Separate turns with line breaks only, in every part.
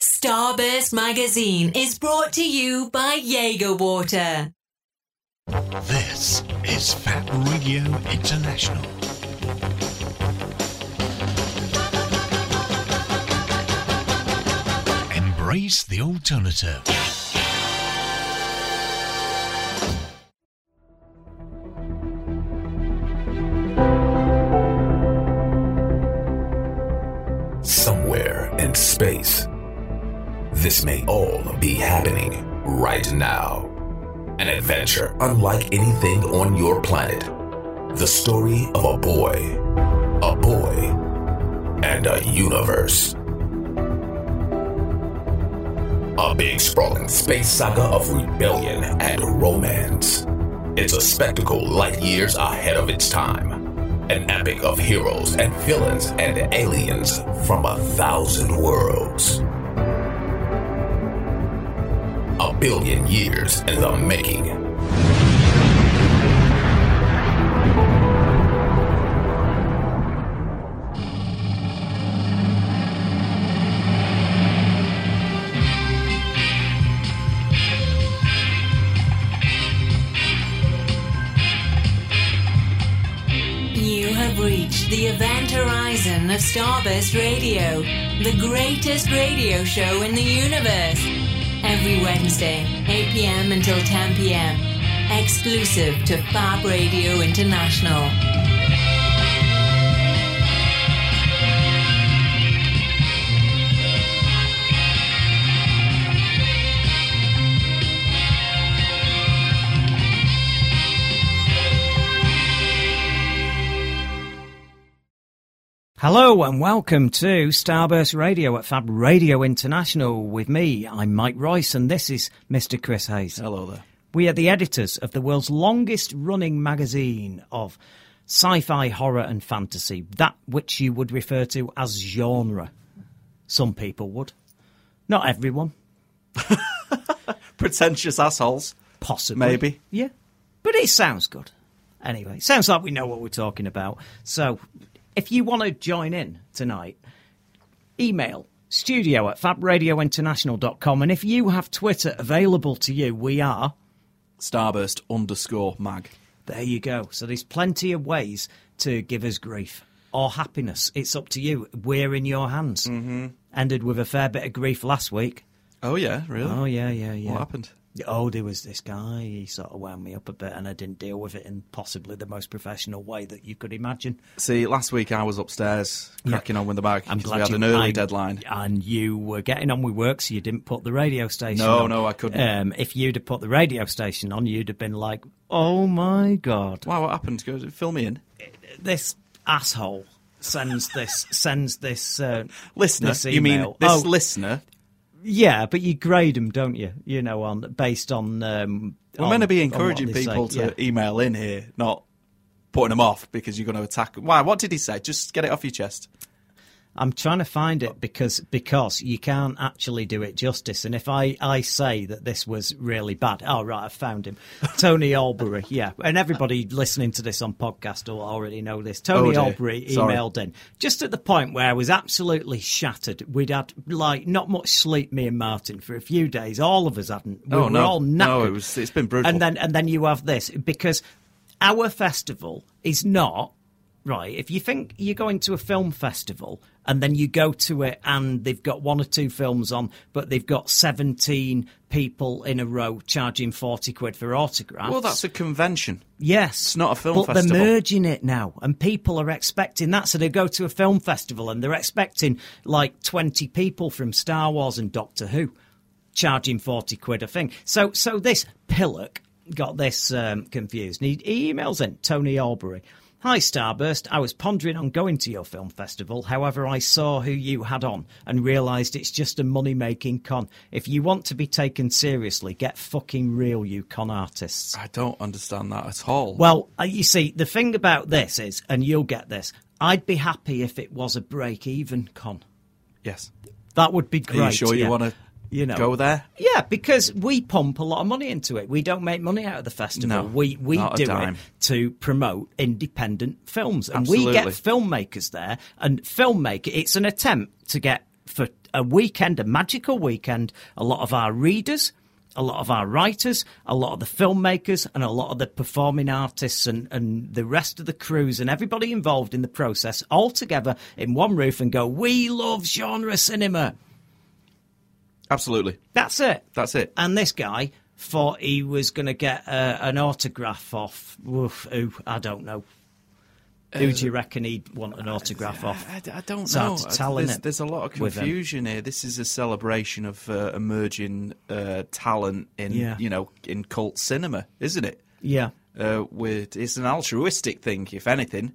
Starburst Magazine is brought to you by Jaeger Water.
This is Fat Radio International. Embrace the alternative.
somewhere in space. This may all be happening right now. An adventure unlike anything on your planet. The story of a boy, a boy, and a universe. A big sprawling space saga of rebellion and romance. It's a spectacle light years ahead of its time. An epic of heroes and villains and aliens from a thousand worlds. A billion years in the making.
You have reached the event horizon of Starburst Radio, the greatest radio show in the universe. Every Wednesday, 8 p.m. until 10 p.m. Exclusive to Fab Radio International.
Hello and welcome to Starburst Radio at Fab Radio International with me. I'm Mike Royce and this is Mr. Chris Hayes.
Hello there.
We are the editors of the world's longest running magazine of sci fi, horror, and fantasy, that which you would refer to as genre. Some people would. Not everyone,
Pretentious assholes.
possibly.
Maybe.
Yeah. But it sounds good. Anyway, sounds like we know what we're talking about. So if you want to join in tonight, email studio at fabradiointernational.com. And if you have Twitter available to you, we are.
Starburst underscore mag.
There you go. So there's plenty of ways to give us grief or happiness. It's up to you. We're in your hands. Mm-hmm. Ended with a fair bit of grief last week.
Oh yeah, really?
Oh, yeah, yeah, yeah.
What happened?
Oh, there was this guy. He sort of wound me up a bit, and I didn't deal with it in possibly the most professional way that you could imagine.
See, last week I was upstairs cracking on with the bag because we had
you-
an early
I-
deadline.
and you were getting on with work, so you didn't put the radio station.
No,
on.
no, I couldn't.
Um, if you'd have put the radio station on, you'd have been like, "Oh my god,
Wow, what happened? Go fill me in.
this asshole sends this sends this uh,
Listener,
this
you mean
email."
this
Oh,
listener?
yeah, but you grade them, don't you? You know, on based on. Um,
We're
on-
meant to be
on what
encouraging
they say.
people to
Yeah.
email in here, not putting them off because you're going to attack. Why? What did he say? Just get it off your chest.
I'm trying to find
Oh.
it because because you can't actually do it justice. And if I, I say that this was really bad, oh right, I found him, Tony Albury. Yeah, and everybody listening to this on podcast will already know this. Tony
Oh, dear.
Albury
Sorry.
emailed in just at the point where I was absolutely shattered. We'd had like not much sleep, me and Martin, for a few days. All of us hadn't. We
Oh,
were
no.
all knackered.
No, it was- it's been brutal.
And then and then you have this because our festival is not right. If you think you're going to a film festival and then you go to it and they've got one or two films on, but they've got 17 people in a row charging 40 quid for autographs.
Well, that's a convention.
Yes.
It's not a film
but
festival.
they're merging it now, and people are expecting that. So they go to a film festival and they're expecting like 20 people from Star Wars and Doctor Who charging 40 quid a thing. So, so this Pillock got this um, confused. And he, he emails in Tony Albury. Hi Starburst, I was pondering on going to your film festival. However, I saw who you had on and realised it's just a money making con. If you want to be taken seriously, get fucking real, you con artists.
I don't understand that at all.
Well, uh, you see, the thing about this is, and you'll get this, I'd be happy if it was a break even con.
yes.
That would be
Are
great.
you sure
yeah.
you want to
You know.
go there?
Yeah, because we pump a lot of money into it. We don't make money out of the festival.
No,
we we
not a
do it
dime.
to promote independent films, and we get
Absolutely.
filmmakers there and filmmaker. It's an attempt to get for a weekend, a magical weekend. A lot of our readers, a lot of our writers, a lot of the filmmakers, and a lot of the performing artists and, and the rest of the crews and everybody involved in the process all together in one roof and go, We love genre cinema.
Absolutely.
That's it.
That's it.
And this guy thought he was going to get uh, an autograph off. Oof, who? I don't know. Who do you reckon he'd want an autograph off?
I, I don't
It's
know.
hard
Uh,
to tell,
there's,
innit,
there's a lot of
with um, 'em.
confusion here. This is a celebration of uh, emerging uh, talent in
Yeah.
you know in cult cinema, isn't it?
Yeah.
Uh, with it's an altruistic thing, if anything.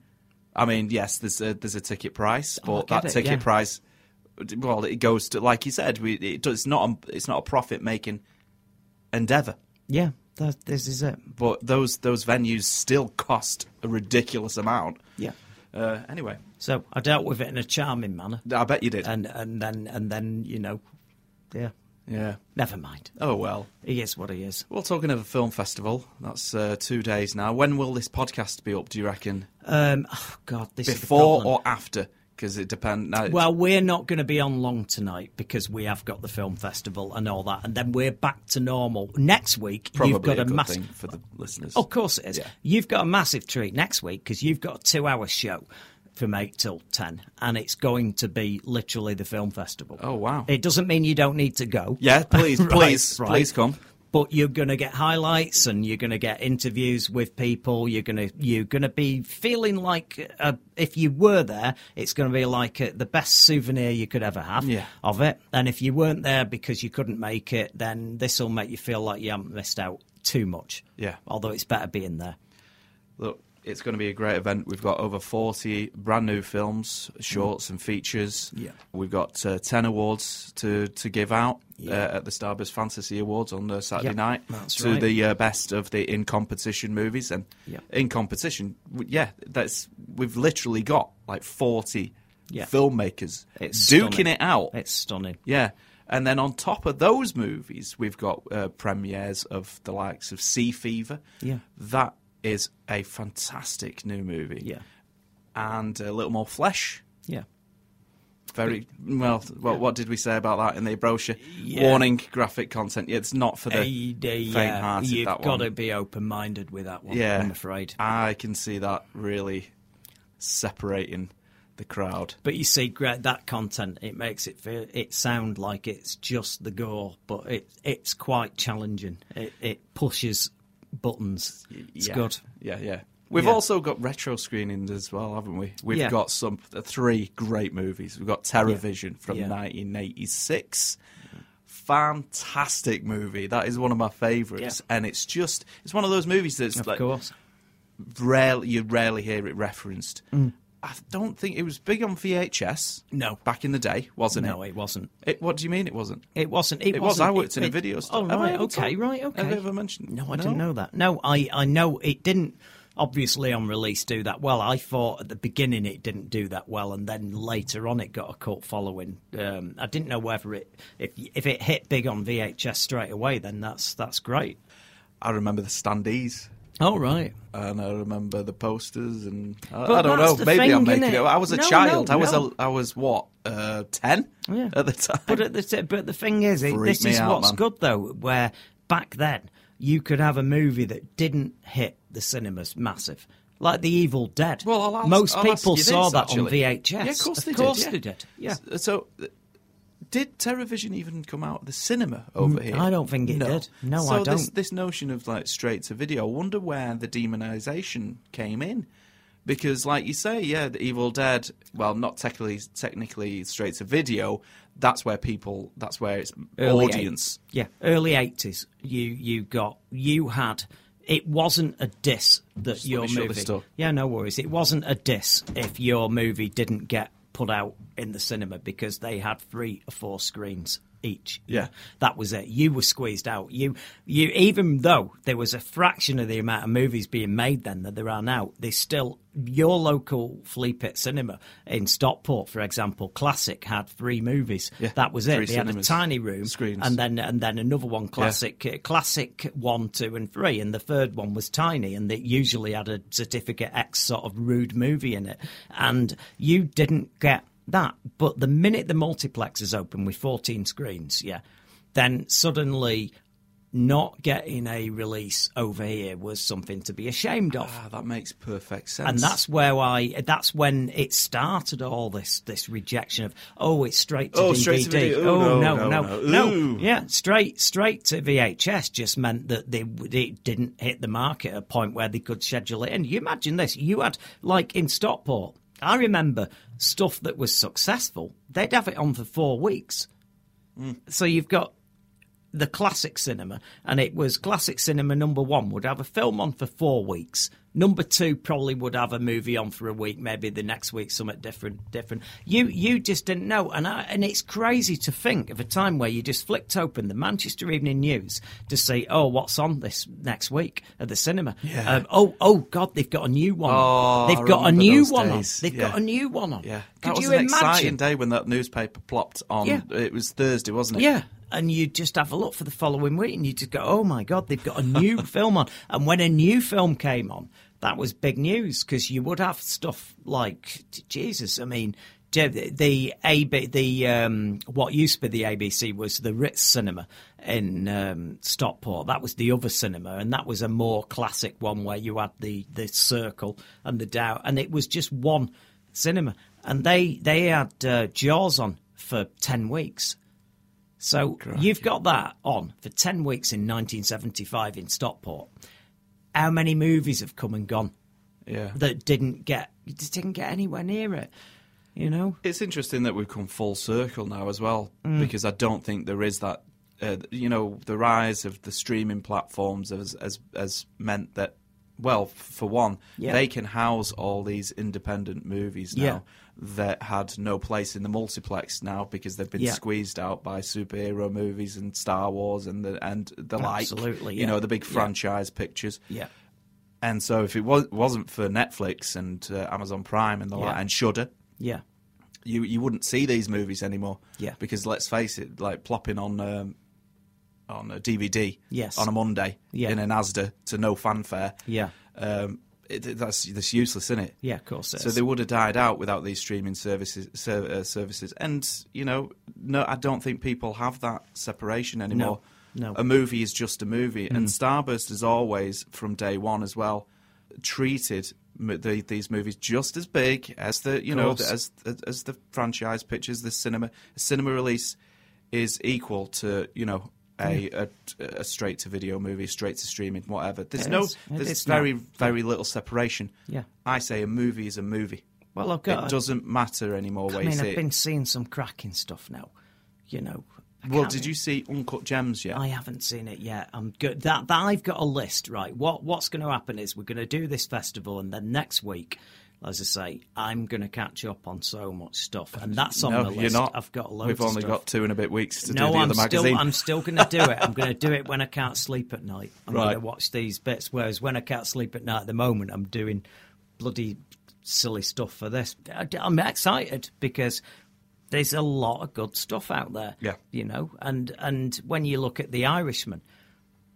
I mean, yes, there's a, there's a ticket price,
Oh, I
but
get
that
it,
ticket
yeah.
price, well, it goes to like you said, we, it, does- it's not a, it's not a profit making endeavor.
Yeah. That, this is it.
But those those venues still cost a ridiculous amount.
Yeah.
Uh, anyway,
So I dealt with it in a charming manner.
I bet you did.
And, and then, and then you know, yeah.
yeah.
Never mind.
Oh well.
He is what he is.
Well, talking of a film festival, that's uh, two days now. When will this podcast be up? Do you reckon
Um, oh God, this is the
before
problem.
or after? Because it depends.
Well, we're not going to be on long tonight because we have got the film festival and all that, and then we're back to normal next week.
probably
you've got
a,
a,
good
massive. Oh,
thing for the listeners.
Of course it is.
Yeah.
You've got a massive treat next week because you've got a two-hour show from eight till ten, and it's going to be literally the film festival.
Oh, wow.
It doesn't mean you don't need to go.
Yeah, please,
Right,
please,
right.
please come.
But you're going to get highlights, and you're going to get interviews with people. You're going to you're going to be feeling like uh, if you were there, it's going to be like uh, the best souvenir you could ever have
Yeah.
of it. And if you weren't there because you couldn't make it, then this will make you feel like you haven't missed out too much.
Yeah.
Although it's better being there.
Look, it's going to be a great event. We've got over 40 brand new films, shorts, and features.
Yeah.
We've got uh, 10 awards to, to give out uh, at the Starburst Fantasy Awards on the Saturday
Yeah,
night
that's
to
right.
the uh, best of the in competition movies. And
Yeah.
in competition, w- yeah, that's we've literally got like 40
Yeah.
filmmakers
It's
duking
stunning.
it out.
It's stunning.
Yeah. And then on top of those movies, we've got uh, premieres of the likes of Sea Fever.
Yeah.
That is a fantastic new movie.
Yeah.
And a little more flesh.
Yeah.
Very well. What, what did we say about that in the brochure?
Yeah.
Warning: graphic content. It's not for the
Hey, there, yeah,
faint-hearted.
You've
that
got to
one.
be open minded with that one,
Yeah,
I'm afraid.
I can see that really separating the crowd.
But you see, Greg, that content it makes it feel it sound like it's just the gore, but it it's quite challenging. It, it pushes buttons. It's
yeah.
good.
Yeah, yeah. We've
Yeah.
also got retro screenings as well, haven't we? We've
Yeah.
got some th- three great movies. We've got Terrorvision from
Yeah.
1986. Fantastic movie. That is one of my favourites, and it's just it's one of those movies that's
Of
like
course.
rarely you rarely hear it referenced. I don't think it was big on VHS.
Mm. No.
back in the day, wasn't it?
No, it wasn't.
It- what do you mean it wasn't?
It wasn't. It,
It was.
wasn't,
I worked in a
it-
video
Oh,
store. Have I
right.
ever
Okay.
told-
Right. Okay.
have I ever mentioned-
No, Oh, I
No.
didn't know that. No, I, I know it didn't. Obviously, on release, do that well. I thought at the beginning it didn't do that well, and then later on it got a cult following. Um, I didn't know whether it if if it hit big on VHS straight away, then that's that's great.
I remember the standees.
Oh right.
and I remember the posters and I,
But
I don't
that's
know.
the
Maybe I'm
thing,
making it.
innit?
I was a
No,
child.
no,
I was
no.
a, I was what uh, ten
Yeah.
at the time.
But at the t- but the thing is, it,
Freaked
this
me
is
out,
what's
man.
good though. Where back then you could have a movie that didn't hit the cinemas massive, like The Evil Dead.
well, I'll ask,
most
I'll ask
people
you
saw
this,
that on
actually.
VHS.
Yeah, of course they did. yeah.
they did. Yeah.
S- So, uh, did Terrorvision even come out of the cinema over here?
Mm, I don't think it
no.
did. No,
so
I
This,
don't.
this notion of like straight to video. I wonder where the demonization came in. Because, like you say, yeah, the Evil Dead. Well, not technically, technically straight to video. That's where people. That's where its
Early
audience.
eight- yeah, early eighties. You you got you had. It wasn't a diss that
let
your
me shut
movie.
this door.
Yeah, no worries. It wasn't a diss if your movie didn't get put out in the cinema because they had three or four screens each.
Yeah.
That was it. You were squeezed out. You you even though there was a fraction of the amount of movies being made then that there are now, they still your local flea pit cinema in Stockport, for example, Classic had three movies.
Yeah.
That was it.
Three
they had a
cinemas.
tiny room
Screens.
and then and then another one classic uh, classic 1 2 and 3 and the third one was tiny and it usually had a certificate X sort of rude movie in it and you didn't get that. But the minute the multiplex is open with 14 screens, yeah, then suddenly not getting a release over here was something to be ashamed of.
Ah, that makes perfect sense.
And that's where I. That's when it started. All this this rejection of oh, it's straight to
Oh,
DVD.
straight to video. Ooh,
oh no,
no, no,
no,
no.
no.
Ooh.
yeah, straight straight to VHS just meant that they it didn't hit the market at a point where they could schedule it. And you imagine this: you had like in Stockport. I remember stuff that was successful. They'd have it on for four weeks.
Hmm.
So you've got the classic cinema, and it was classic cinema number one would have a film on for four weeks. Number two probably would have a movie on for a week, maybe the next week something different. Different. You you just didn't know, and I, and it's crazy to think of a time where you just flicked open the Manchester Evening News to see oh what's on this next week at the cinema.
Yeah.
Um, oh oh God, they've got a new one.
Oh, I
they've got a
remember
new
those
one on.
days.
They've
Yeah.
got a new one on.
yeah.
Could
that was
you
an
imagine?
exciting day when that newspaper plopped on.
Yeah.
It was Thursday, wasn't it?
Yeah. And you just have a look for the following week and you just go, oh my God, they've got a new film on. And when a new film came on, that was big news because you would have stuff like, Jesus, I mean, the, the, AB, the um, what used to be the ABC was the Ritz Cinema in um, Stockport. That was the other cinema, and that was a more classic one where you had the, the circle and the doubt, and it was just one cinema. And they they had uh, Jaws on for ten weeks. So you've got that on for 10 weeks in 1975 in Stockport. How many movies have come and gone
Yeah.
that didn't get just didn't get anywhere near it? You know?
It's interesting that we've come full circle now as well,
Mm.
because I don't think there is that. Uh, you know, the rise of the streaming platforms has has, has meant that, well, f- for one,
Yeah.
they can house all these independent movies now
Yeah.
that had no place in the multiplex now because they've been
Yeah.
squeezed out by superhero movies and Star Wars and the and the like.
Absolutely,
you
yeah.
know the big
Yeah.
franchise pictures. And so, if it was, wasn't for Netflix and uh, Amazon Prime and the like,
Yeah.
and Shudder,
Yeah.
you you wouldn't see these movies anymore.
Yeah.
Because let's face it, like plopping on um, on a DVD
Yes.
on a Monday
Yeah.
in an ASDA to no fanfare.
Yeah.
Um, it, it- that's that's useless, isn't it?
Yeah, of course. It
So
is.
they would have died out without these streaming services. Ser, uh, services, and you know, no, I don't think people have that separation anymore.
No. Mm.
a movie is just a movie, and Starburst is always from day one as well treated m- the, these movies just as big as the you know
course.
as as the franchise pictures, the cinema cinema release is equal to you know. A, a, a straight to video movie, straight to streaming, whatever. There's
It
no,
is. It
there's
is now.
very, very little separation.
Yeah.
I say a movie is a movie.
Well, I've got-
It doesn't matter anymore
I
where you
mean,
see
I've
it.
been seeing some cracking stuff now. You know. I
Well,
can't-
did you see Uncut Gems yet?
I haven't seen it yet. I'm good. That, that I've got a list. Right, what what's going to happen is we're going to do this festival, and then next week, as I say, I'm going to catch up on so much stuff, and that's on
no,
the list.
you're not.
I've got loads.
We've
of
only
stuff.
got two and a bit weeks to
no,
do the
I'm
other magazine.
still I'm still going to do it. I'm going to do it when I can't sleep at night. I'm
Right.
going to watch these bits. Whereas when I can't sleep at night at the moment, I'm doing bloody silly stuff for this. I, am excited because there's a lot of good stuff out there.
Yeah.
you know, and and when you look at the Irishman.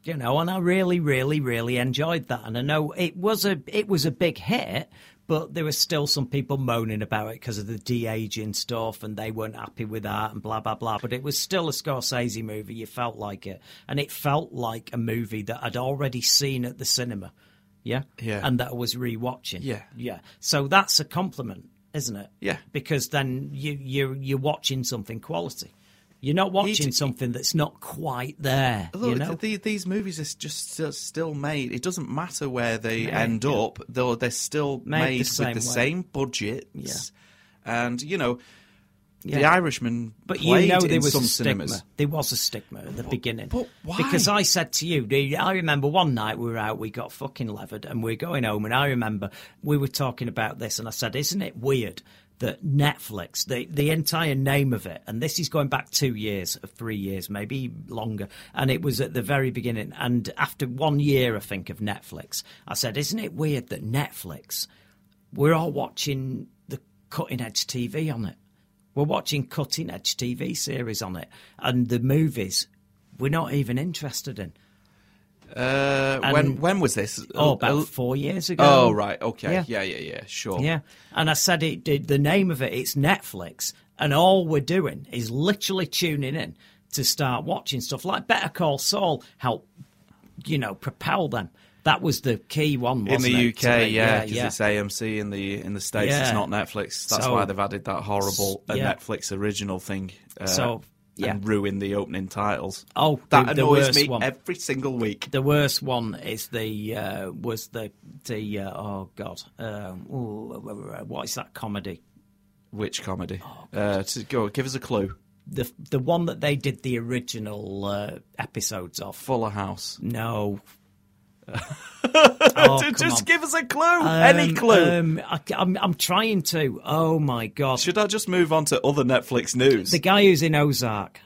You know, and I really, really, really enjoyed that. And I know it was a it was a big hit, but there were still some people moaning about it because of the de aging stuff, and they weren't happy with that, and blah blah blah. But it was still a Scorsese movie. You felt like it, and it felt like a movie that I'd already seen at the cinema. Yeah,
Yeah.
and that I was rewatching.
Yeah.
yeah. So that's a compliment, isn't it?
Yeah.
because then you you you're watching something quality. You're not watching something that's not quite there.
Look,
you know?
th- the- these movies are just still, still made. It doesn't matter where they end up, though they're still
Made the
made, with the
same way.
same budgets. And you know, The
Yeah.
Irishman
But
played
you know there
in
was
some
a stigma.
cinemas.
There was a stigma at the beginning.
but why?
Because I said to you, the- I remember one night we were out, we got fucking levered, and we were going home. And I remember we were talking about this, and I said, "Isn't it weird that Netflix, the the entire name of it, and this is going back two years, three years, maybe longer, and it was at the very beginning. And after one year, I think of Netflix, I said, "Isn't it weird that Netflix?" we're all watching the cutting edge TV on it. We're watching cutting edge TV series on it, and the movies we're not even interested in.
Uh, when
And-
when was this?
Oh,
Uh,
about four years ago.
oh right, okay,
Yeah.
yeah, yeah, yeah, sure.
Yeah, and I said it. did- The name of it, it's Netflix, and all we're doing is literally tuning in to start watching stuff like Better Call Saul. Help, you know, propel them. That was the key one
In
wasn't
the
it, to
UK,
me?
yeah, because it's AMC in the in the states, it's
Yeah.
not Netflix. That's
So-
why they've added that horrible uh,
yeah.
Netflix original thing. Uh,
So, yeah.
and ruin the opening titles.
Oh,
that
the- the
annoys
worst
me
one.
every single week.
The worst one is the uh, was the the uh, oh god, um, ooh, what is that comedy?
Which comedy?
Oh,
uh, to go, give us a clue.
The the one that they did the original uh, episodes of.
Fuller House.
No. Oh, come
Just
on.
give us a clue. Any
Um,
clue.
Um, I, am I'm trying to. Oh my god!
Should I just move on to other Netflix news?
the guy who's in Ozark,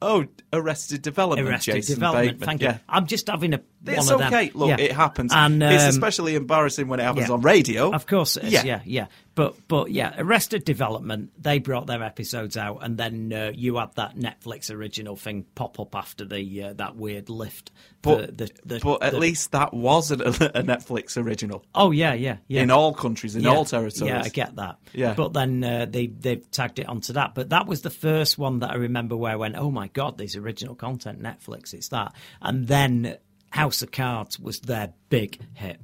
oh, Arrested Development.
Arrested
Jason
Development.
Bateman.
Thank
yeah.
you. I'm just having a.
It's
one of them.
okay. Look,
Yeah.
it happens.
And
it's
um,
especially embarrassing when it happens
yeah.
on radio.
Of course, it is.
Yeah.
Yeah. yeah, But but yeah, Arrested Development. They brought their episodes out, and then uh, you had that Netflix original thing pop up after the uh, that weird lift.
But,
the, the, the,
but at
the-
least that was an, a Netflix original
oh yeah, yeah, yeah.
in all countries, in
Yeah,
all territories.
Yeah, I get that.
Yeah.
But then uh, they they've tagged it onto that. But that was the first one that I remember where I went, oh my god, there's original content Netflix. It's that. And then House of Cards was their big hit.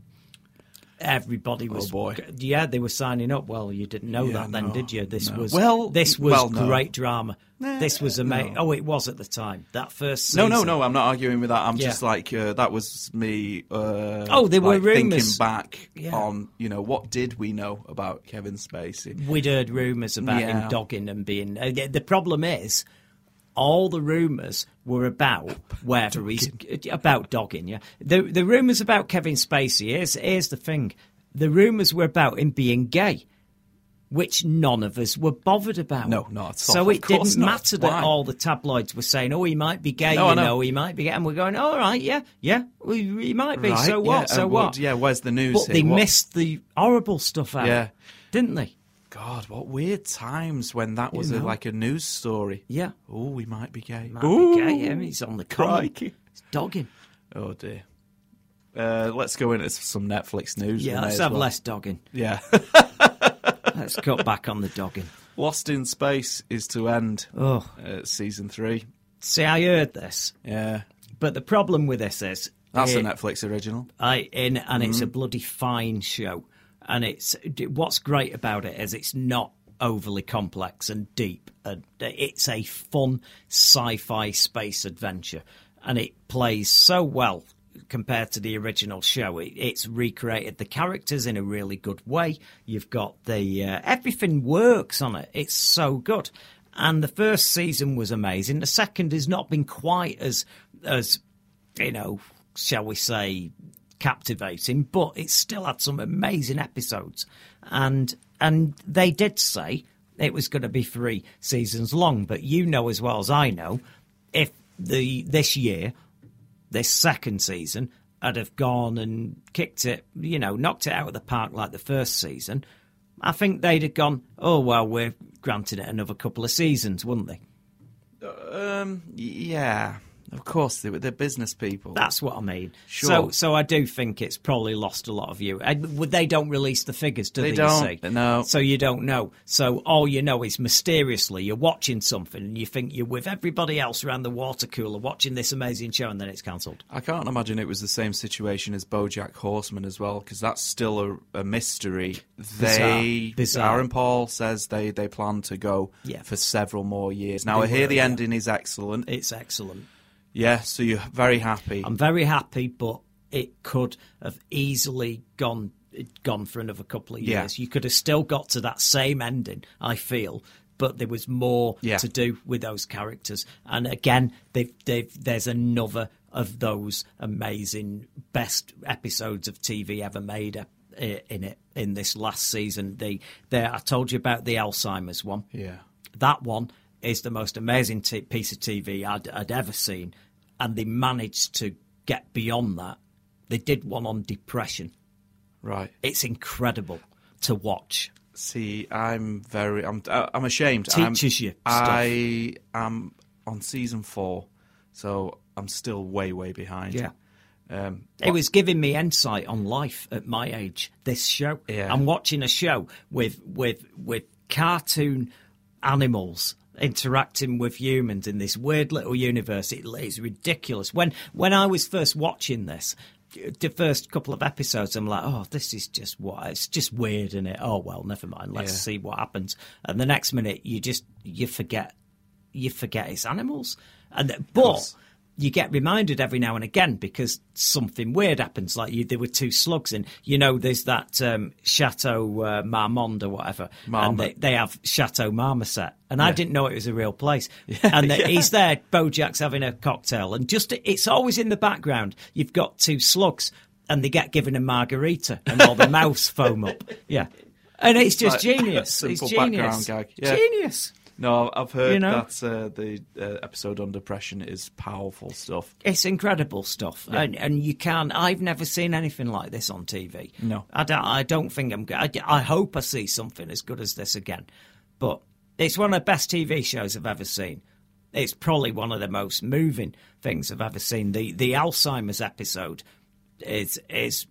Everybody was
Oh, boy.
yeah, they were signing up. Well, you didn't know that then,
no,
did you? This
no.
was
Well,
this was
well, no.
great drama. this was amazing.
no.
Oh, it was at the time. That first
No,
season.
no, no. I'm not arguing with that. I'm
uh, Yeah.
just like uh, that was me. Uh,
Oh, there were
like, thinking
rumours.
back
Yeah.
on you know what did we know about Kevin Spacey?
We'd heard rumours about
Yeah.
him dogging and being. uh, the- The problem is, all the rumours were about wherever he's uh, about dogging. Yeah, the the rumours about Kevin Spacey is here's the thing: the rumours were about him being gay, which none of us were bothered about.
No, not at all.
So
Of
it
course
didn't
not.
matter that
Why?
all the tabloids were saying, "Oh, he might be gay,"
No, I
you
know.
know. he might be gay," and we're going, "All right, yeah, yeah, well, he might be.
Right,
so what?
yeah,
so
and
what?
what- yeah, where's the news
But
here?
they
What-
missed the horrible stuff out,
Yeah.
didn't they?
God, what weird times when that was a, like a news story.
Yeah.
Oh, we might be gay.
Might be gay, yeah, he's on the common.
crikey.
It's dogging.
Oh dear. Uh, let's go into some Netflix news. We
Yeah,
may
let's
as
have
well.
less dogging.
Yeah.
Let's cut back on the dogging.
Lost in Space is to end
Oh,
uh, season three.
see, I heard this,
Yeah.
but the problem with this is
That's
it,
a Netflix original.
I in and it's a bloody fine show, and it's d- what's great about it is it's not overly complex and deep, and it's a fun sci-fi space adventure, and it plays so well compared to the original show. It, it's recreated the characters in a really good way. You've got the uh, everything works on it. It's so good. And the first season was amazing. The second has not been quite as as you know, shall we say, captivating, but it still had some amazing episodes. And and they did say it was going to be three seasons long, but you know as well as I know, if the this year, this second season, I'd have gone and kicked it, you know, knocked it out of the park like the first season. I think they'd have gone, oh well, we're granting it another couple of seasons, wouldn't they?
Yeah. Of course, they were, they're business people.
That's what I mean.
Sure.
So, so I do think it's probably lost a lot of you. And would- they don't release the figures, do
They
they?
don't,
You see?
no.
So you don't know. So all you know is mysteriously you're watching something and you think you're with everybody else around the water cooler watching this amazing show, and then it's cancelled.
I can't imagine it was the same situation as BoJack Horseman as well, because that's still a, a mystery. They,
Bizarre.
Aaron Paul says they, they plan to go
Yeah.
for several more years. Now
They
I hear
were,
the
yeah.
ending is excellent.
It's excellent.
yeah, so you're very happy.
I'm very happy, but it could have easily gone it gone for another couple of
Yeah.
years. You could have still got to that same ending, I feel, but there was more
Yeah.
to do with those characters. And again, they've, they've, there's another of those amazing best episodes of TV ever made uh, in it in this last season. The there I told you about the Alzheimer's one
yeah.
that one is the most amazing t- piece of TV I'd, I'd ever seen, and they managed to get beyond that. They did one on depression.
Right.
It's incredible to watch.
See, I'm very, I'm, uh, I'm ashamed.
Teaches
I'm,
you stuff.
I am on season four, so I'm still way, way behind.
Yeah.
Um,
It was giving me insight on life at my age. This show,
Yeah.
I'm watching a show with with with cartoon animals interacting with humans in this weird little universe. It is ridiculous. When when I was first watching this, the first couple of episodes, I'm like, oh, this is just what it's just weird, isn't it? Oh well, never mind. Let's
Yeah.
see what happens. And the next minute, you just you forget you forget it's animals. And that, but you get reminded every now and again because something weird happens. Like you, there were two slugs in. You know, there's that um, Chateau uh, Marmond or whatever, and they,
Marmot.
they have Chateau Marmoset. And I didn't know it was a real place. and that he's there, Bojack's having a cocktail, and just it's always in the background. You've got two slugs, and they get given a margarita, and all the mouse foam up. Yeah. And it's just
like
genius. It's
simple
genius.
background gag. Yeah.
Genius.
no, I've heard
You know?
that uh, the uh, episode on depression is powerful stuff.
It's incredible stuff, and and you can. I've never seen anything like this on TV.
No.
I don't. I don't think I'm. go- I, I hope I see something as good as this again, but it's one of the best TV shows I've ever seen. It's probably one of the most moving things I've ever seen. The the Alzheimer's episode is is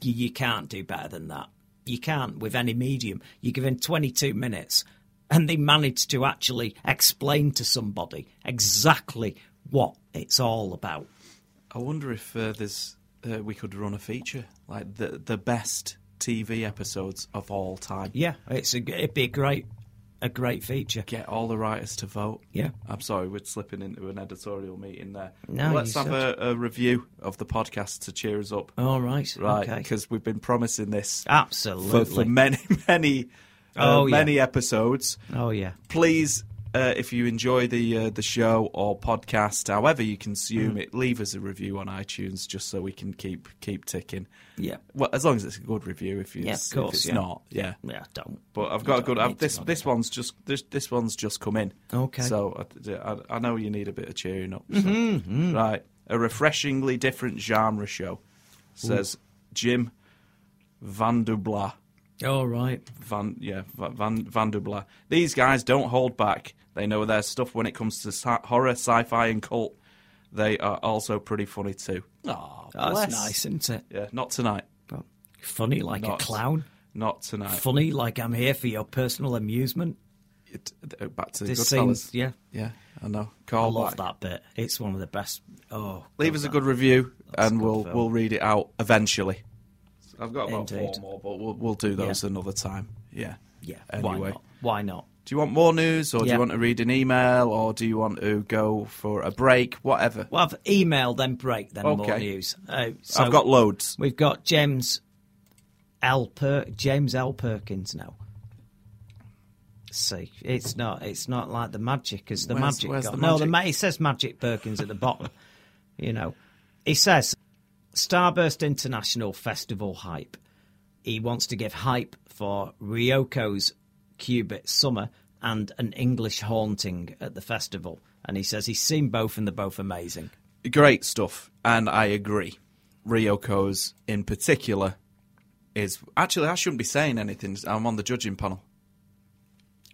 you, you can't do better than that. You can't with any medium. You give in 22 minutes, and they manage to actually explain to somebody exactly what it's all about.
I wonder if uh, there's uh, we could run a feature like the the best TV episodes of all time.
Yeah, it's a, it'd be a great, a great feature.
Get all the writers to vote.
Yeah.
I'm sorry, we're slipping into an editorial meeting there.
No,
let's
you
have a, a review of the podcast to cheer us up.
All right,
right,
okay.
because we've been promising this for,
absolutely.
for many, many, uh,
Oh, yeah.
many episodes.
oh yeah,
please, uh, if you enjoy the uh, the show or podcast, however you
Mm.
consume it, leave us a review on iTunes just so we can keep keep ticking.
Yeah.
Well, as long as it's a good review. If, you,
Yeah, of
if
course,
it's
yeah.
not, yeah.
yeah. Don't.
But I've
you
got a
don't
good.
need
I've,
to
this
know
this
that.
one's just this this one's just come in.
Okay.
So I, I, I know you need a bit of cheering up. so-
Mm-hmm,
Right. A refreshingly different genre show, says Jim Van Dubla.
All right.
Van, yeah, Va- Van, Van Dubla. These guys don't hold back. They know their stuff when it comes to sci- horror, sci-fi, and cult. They are also pretty funny too. Oh,
That's nice, isn't it?
Yeah, not tonight.
Funny like
Not-
a clown.
Not tonight.
Funny like I'm here for your personal amusement.
It- uh, back to
This
Goodfellas.
seems, yeah.
yeah, I know.
I
Carl
love
Black.
that bit. It's one of the best. Oh,
Oh, Leave
God,
us a
that-
good review, and
good
we'll
film.
we'll read it out eventually. I've got about
Indeed.
four more, but we'll we'll do those
Yeah.
another time. Yeah.
Yeah.
Anyway.
Why not? Why not?
Do you want more news, or do
Yeah.
you want to read an email, or do you want to go for a break? Whatever.
Well, I've emailed then break then more
Okay.
news. Uh, so
I've got loads.
We've got James L. Per- James L. Perkins now. See, it's not it's not like the magic as the
Where's-
magic.
where's
got-
the
no, the
magic?
ma- it says Magic Perkins at the bottom. you know, he says Starburst International Festival hype. He wants to give hype for Ryoko's Cubit Summer and an English haunting at the festival. And he says he's seen both and they're both amazing.
Great stuff, and I agree. Ryoko's in particular is actually I shouldn't be saying anything. I'm on the judging panel.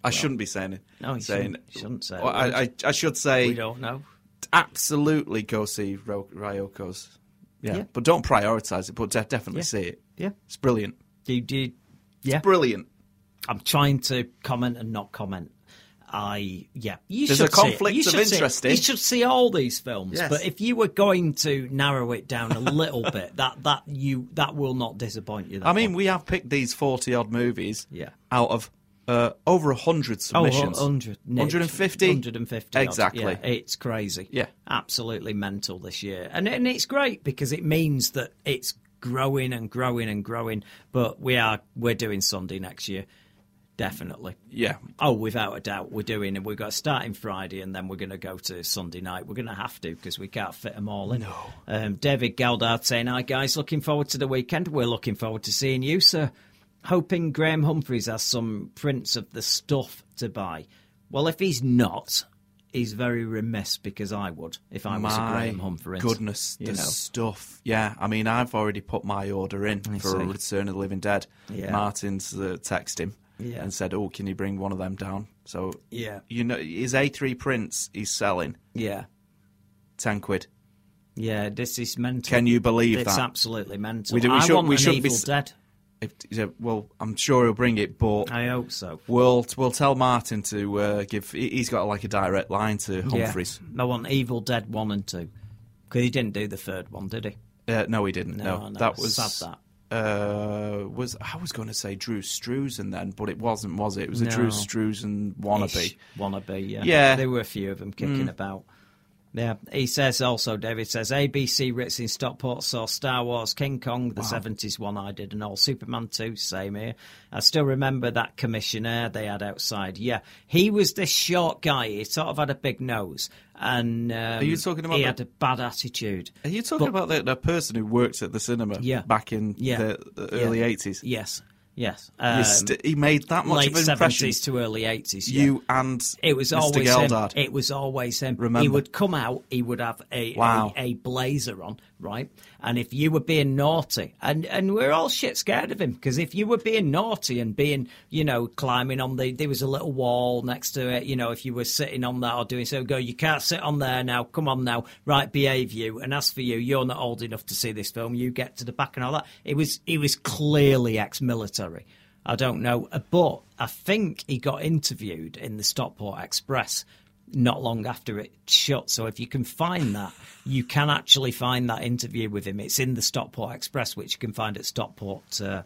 I shouldn't be saying it.
No, you
saying
shouldn't- you shouldn't say
Well,
it.
I, I, I should say
We don't know.
absolutely go see Ro- Ryoko's. Yeah,
Yeah.
but don't prioritize it. But de- definitely
Yeah.
see it.
Yeah.
It's brilliant.
Do you, do you- yeah.
Brilliant.
I'm trying to comment and not comment. I yeah, you
There's
should
a
see it.
conflict
You
of
should see it.
interest in-
You should see all these films,
Yes.
but if you were going to narrow it down a little bit, that that you that will not disappoint you. That
I mean,
one.
we have picked these forty odd movies.
Yeah.
Out of uh, over hundred
Oh,
submissions.
100, Nick.
150?
150 odd.
Exactly.
Yeah, it's crazy.
Yeah.
absolutely mental this year, and and it's great because it means that it's growing and growing and growing. But we are we're doing Sunday next year, definitely.
Yeah.
Oh, without a doubt, we're doing it. We've got starting Friday, and then we're going to go to Sunday night. We're going to have to because we can't fit them all in. No. Um, David Galdard saying, "Hi guys, looking forward to the weekend. We're looking forward to seeing you, sir. Hoping Graham Humphreys has some prints of the stuff to buy. Well, if he's not, he's very remiss because I would if I was a
My
Graham Humphreys.
goodness, the
you know.
stuff. Yeah, I mean, I've already put my order in for a
see.
Return of the Living Dead.
Yeah.
Martin's uh, texted him
Yeah.
and said, "Oh, can you bring one of them down?" So
Yeah.
you know, his A3 prints he's selling
yeah,
ten quid.
Yeah, this is mental.
Can you believe
it's
that?
absolutely mental.
We do- we
I
should-
want
we
an
should be
Evil
s-
Dead.
If, yeah, well, I'm sure he'll bring it, but
I hope so.
we'll we'll tell Martin to uh, give. he- He's got like a direct line to Humphreys.
Yeah. I want Evil Dead 1 and 2. Because he didn't do the third one, did he?
Uh, no, he didn't.
No,
No,
I know.
that was
Sad
Uh, was I was going to say Drew Struzan then, but it wasn't, was it? It was a
No.
Drew Struzan wannabe.
Ish. Wannabe, yeah.
Yeah. Mm.
There were a few of them kicking about. Yeah. He says also, David says, ABC Ritz in Stockport saw Star Wars, King Kong, the 70s one I did, and all. Superman 2, same here. I still remember that commissioner they had outside. Yeah. He was this short guy. He sort of had a big nose. And um, Are
you talking about
He
the-
had a bad attitude.
Are you talking about the, the person who worked at the cinema
Yeah.
back in
Yeah.
the, the
Yeah.
early eighties?
Yes. Yes.
He
Um,
st- he made that much
late
of an impression.
seventies to early eighties. Yeah.
You and
it was
Mr.
always
Geldard.
him. It was always him. He
Remember.
would come out. He would have a,
Wow.
a a blazer on, right? And if you were being naughty, and and we're all shit scared of him because if you were being naughty and being, you know, climbing on the there was a little wall next to it. You know, if you were sitting on that or doing so, go. You can't sit on there now. Come on now, right? Behave you. And as for you, you're not old enough to see this film. You get to the back and all that. It was it was clearly ex-military. I don't know, but I think he got interviewed in the Stockport Express not long after it shut. So if you can find that, you can actually find that interview with him. It's in the Stockport Express, which you can find at Stockport uh,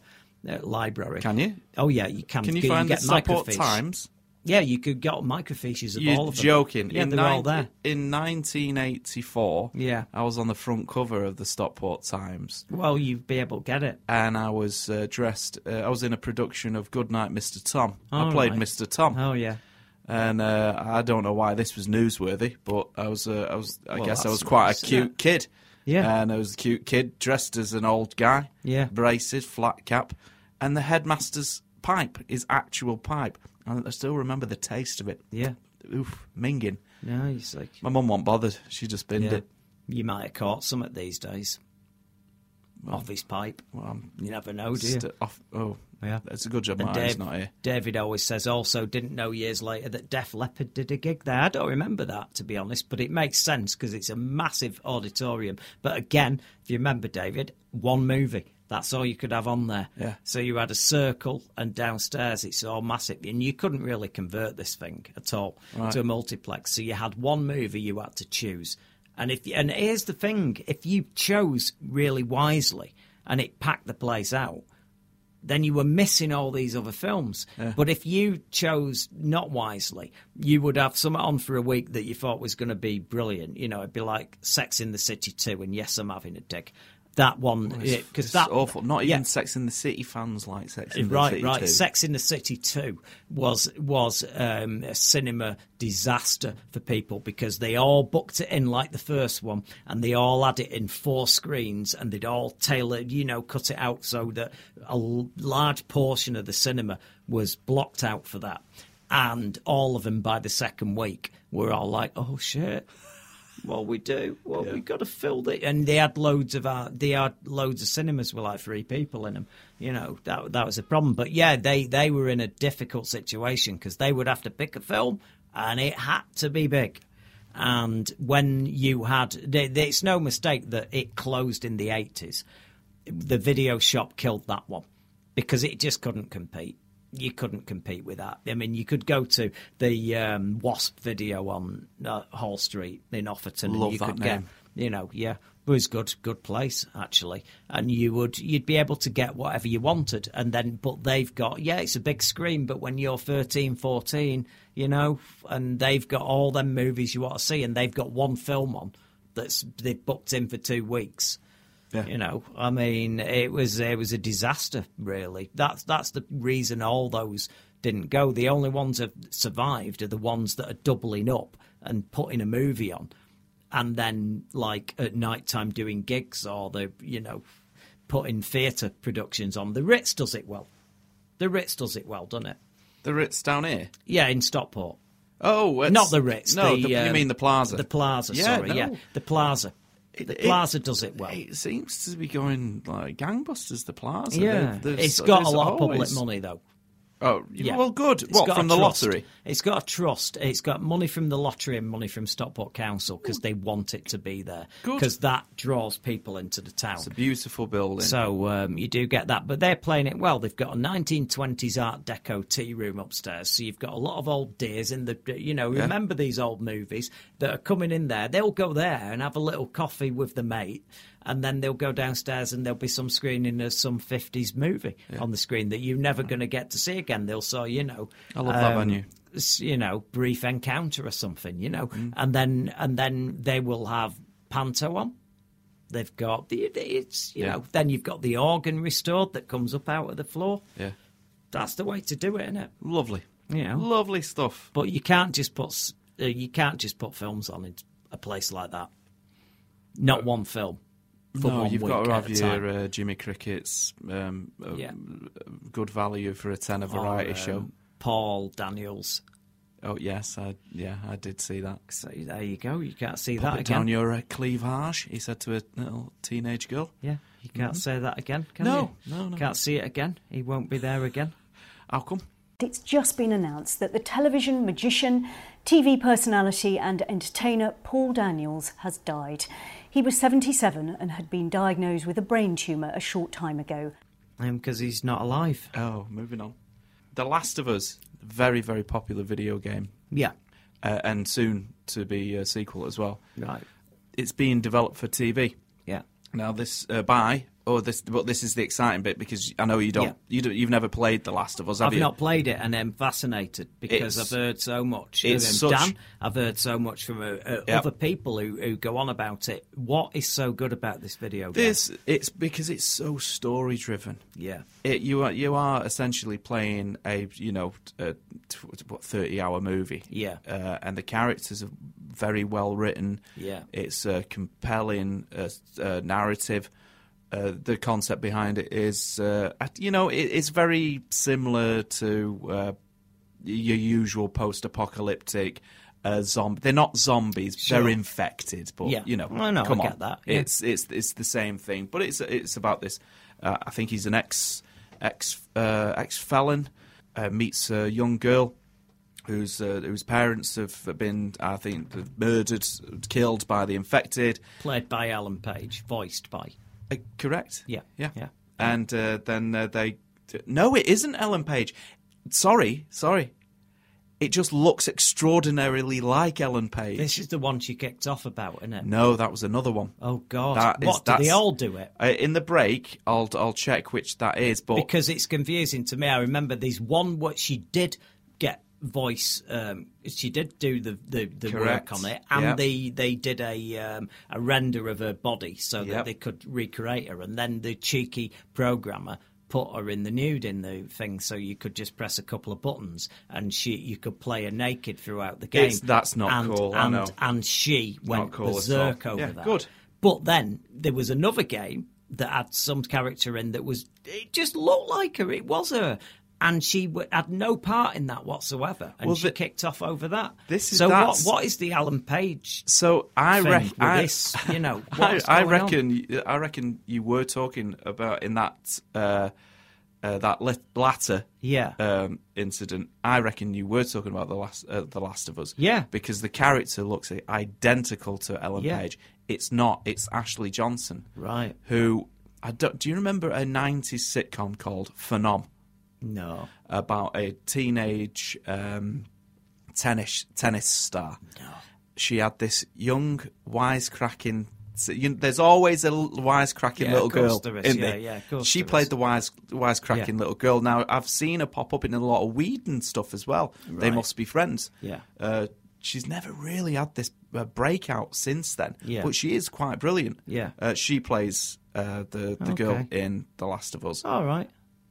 uh, Library.
Can you?
Oh yeah, you can.
Can you find
get
the Stockport
microfiche.
Times?
Yeah, you could get microfiches of all
You're
of them.
joking.
Yeah,
in,
they're all there.
nine- in 1984,
Yeah.
I was on the front cover of the Stockport Times,
Well, you'd be able to get it.
and I was uh, dressed. Uh, I was in a production of Goodnight, Mr. Tom. I
All
played
right.
Mr. Tom,
Oh yeah.
and uh, I don't know why this was newsworthy, but I was. Uh, I was. I
Well,
guess I
that's
was quite
nice,
a
isn't
cute
it?
kid.
Yeah.
and I was a cute kid dressed as an old guy.
Yeah.
braces, flat cap, and the headmaster's pipe, his actual pipe. And I still remember the taste of it.
Yeah.
Oof, minging.
No, he's like.
My mum wasn't bothered. She just binned
Yeah.
it.
You might have caught some at these days. Off his pipe.
Well, I'm
You never know, do you?
st- off. Oh,
Oh, Yeah.
It's a good job
And
Martin's not here.
David always says also didn't know years later that Def Leppard did a gig there. I don't remember that to be honest, but it makes sense because it's a massive auditorium. But again, if you remember David, one movie. That's all you could have on there.
Yeah.
So you had a circle and downstairs it's all massive and you couldn't really convert this thing at all to a multiplex. So you had one movie you had to choose. And if you, and here's the thing, if you chose really wisely and it packed the place out, then you were missing all these other films. But if you chose not wisely, you would have something on for a week that you thought was going to be brilliant. You know, it'd be like Sex in the City 2 and Yes, I'm Having a Dick. That one, because
Oh, It's
that.
awful. Not
yeah.
even Sex in the City fans like Sex in
right,
the City.
right.
too.
Sex in the City Two was was um, a cinema disaster for people because they all booked it in like the first one, and they all had it in four screens, and they'd all tailored, you know, cut it out so that a l- large portion of the cinema was blocked out for that, and all of them by the second week were all like, "Oh shit." Well, we do. Well, we got to fill the and they had loads of uh, they had loads of cinemas with like three people in them. You know that that was a problem. But yeah, they they were in a difficult situation because they would have to pick a film and it had to be big. And when you had, they, they- it's no mistake that it closed in the eighties. The video shop killed that one because it just couldn't compete. You couldn't compete with that. I mean, you could go to the um, Wasp video on uh, Hall Street in Offerton. and
Love
you
that
could
name.
Get, you know, yeah, it was good, good place actually. And you would, you'd be able to get whatever you wanted. And then, but they've got, yeah, it's a big screen. But when you're 13, 14, you know, and they've got all them movies you want to see, and they've got one film on that's they've booked in for two weeks.
Yeah.
You know, I mean, it was it was a disaster. Really, that's that's the reason all those didn't go. The only ones that survived are the ones that are doubling up and putting a movie on, and then like at night time doing gigs or the you know putting theatre productions on. The Ritz does it well. The Ritz does it well, doesn't it?
The Ritz down here.
Yeah, in Stockport.
Oh, it's-
Not the Ritz.
No,
the,
the- you
um,
mean the Plaza.
The Plaza.
Yeah,
sorry,
no.
yeah, the Plaza. The
It- it-
Plaza does it well.
It seems to be going like gangbusters. The Plaza.
yeah,
They've- they've-
it's
so
got a
there's
lot of
always-
public money though.
Oh,
Yeah.
well, good.
It's
what
got
from
a
the
trust.
lottery?
It's got a trust. It's got money from the lottery and money from Stockport Council because they want it to be there
Good.
because that draws people into the town.
It's a beautiful building.
So um, you do get that, but they're playing it well. They've got a 1920s Art Deco tea room upstairs, so you've got a lot of old dears in the. You know, remember these old movies that are coming in there. They'll go there and have a little coffee with the mate, and then they'll go downstairs and there'll be some screening of some 50s movie on the screen that you're never going to get to see again. They'll say, you know,
I love that venue.
Um, s- you know brief encounter or something you know
Mm.
and then and then they will have panto on they've got the it's you
Yeah.
know then you've got the organ restored that comes up out of the floor
yeah,
that's the way to do it isn't it
lovely.
Yeah.
lovely stuff.
but you can't just put s- uh, you can't just put films on in a place like that not one film for
no,
one
you've
week
got to
at
have
a time.
your uh, Jimmy Cricket's um, uh,
Yeah.
good value for a tenner
Or,
variety
um,
show.
paul daniels
Oh yes, I yeah I did see that.
so there you go you can't see
Pop
that
it
again
down your uh, cleavage, he said to a little teenage girl.
yeah you can't say that again can
Mm-hmm. No,
you
no, no.
can't see it again he won't be there again
How come?
It's just been announced that the television magician, TV personality, and entertainer Paul Daniels has died. He was 77 and had been diagnosed with a brain tumour a short time ago.
because um, he's not alive
Oh, moving on. The Last of Us, very very popular video game,
yeah
uh, and soon to be a sequel as well.
right
It's being developed for TV.
yeah
Now this uh, by or this, but this is the exciting bit because I know you don't,
Yeah.
you don't you've never played The Last of Us, have
I've
you?
not played it, and I'm fascinated because
It's-
I've heard so much.
it's
from
such-
Dan, I've heard so much from uh, uh,
Yeah.
other people who, who go on about it. What is so good about this video? game?
This it's because it's so story driven.
yeah,
It, you are you are essentially playing a you know a, t- what thirty hour movie.
Yeah.
uh, and the characters are very well written.
Yeah.
it's a compelling uh, s- uh, narrative. Uh, the concept behind it is, uh, at- you know, it, it's very similar to uh, your usual post-apocalyptic uh, zombie. They're not zombies; they're infected. But
Yeah.
you know,
I know, I
come on,
get that, yeah.
it's it's it's the same thing. But it's it's about this. Uh, I think he's an ex ex uh, ex felon uh, meets a young girl whose uh, whose parents have been, I think, murdered, killed by the infected.
played by Alan Page, voiced by
Uh, correct.
Yeah.
Yeah.
Yeah.
And uh, then uh, they. No, it isn't Ellen Page. Sorry, sorry. It just looks extraordinarily like Ellen Page.
this is the one she kicked off about, isn't it?
No, that was another one.
Oh God,
That is-
what do they
that's-
all do it?
Uh, in the break, I'll I'll check which that is. But
because it's confusing to me. I remember there's one what she did get voice. Um, she did do the the, the
Correct.
work on it, and
Yeah.
they they did a um, a render of her body so
Yep.
that they could recreate her, and then the cheeky programmer put her in the nude in the thing so you could just press a couple of buttons and she you could play her naked throughout the game
It's- that's not
and,
cool, I
and,
know.
and she went
cool at all.
berserk over
Yeah,
that
good.
but then there was another game that had some character in that was it just looked like her. It was her, and she w- had no part in that whatsoever, and
Well,
she
the-
kicked off over that.
this is-
so. What,
that's-
what is the Alan Page?
so I
thing
reckon
with this, you know,
I,
what's
I
going on?
reckon I reckon you were talking about in that uh, uh, that lit- latter
Yeah.
um, incident. I reckon you were talking about the last uh, the Last of Us.
Yeah.
because the character looks identical to Ellen
Yeah.
Page. It's not. It's Ashley Johnson.
Right.
Who I don't, do you remember a '90s sitcom called Phenom?
No.
about a teenage um, tennis tennis star. She had this young wisecracking. so, You know, there's always a l- wisecracking
Yeah,
little
of course
girl
there is.
in
Yeah,
there.
yeah, of course
she
there
played
is.
the wise wisecracking
Yeah.
little girl. Now I've seen her pop up in a lot of weed and stuff as well. They
Right.
must be friends.
Yeah.
Uh, she's never really had this uh, breakout since then.
Yeah.
But she is quite brilliant.
Yeah.
Uh, she plays uh, the the girl
Okay. Oh,
in The Last of Us
All right.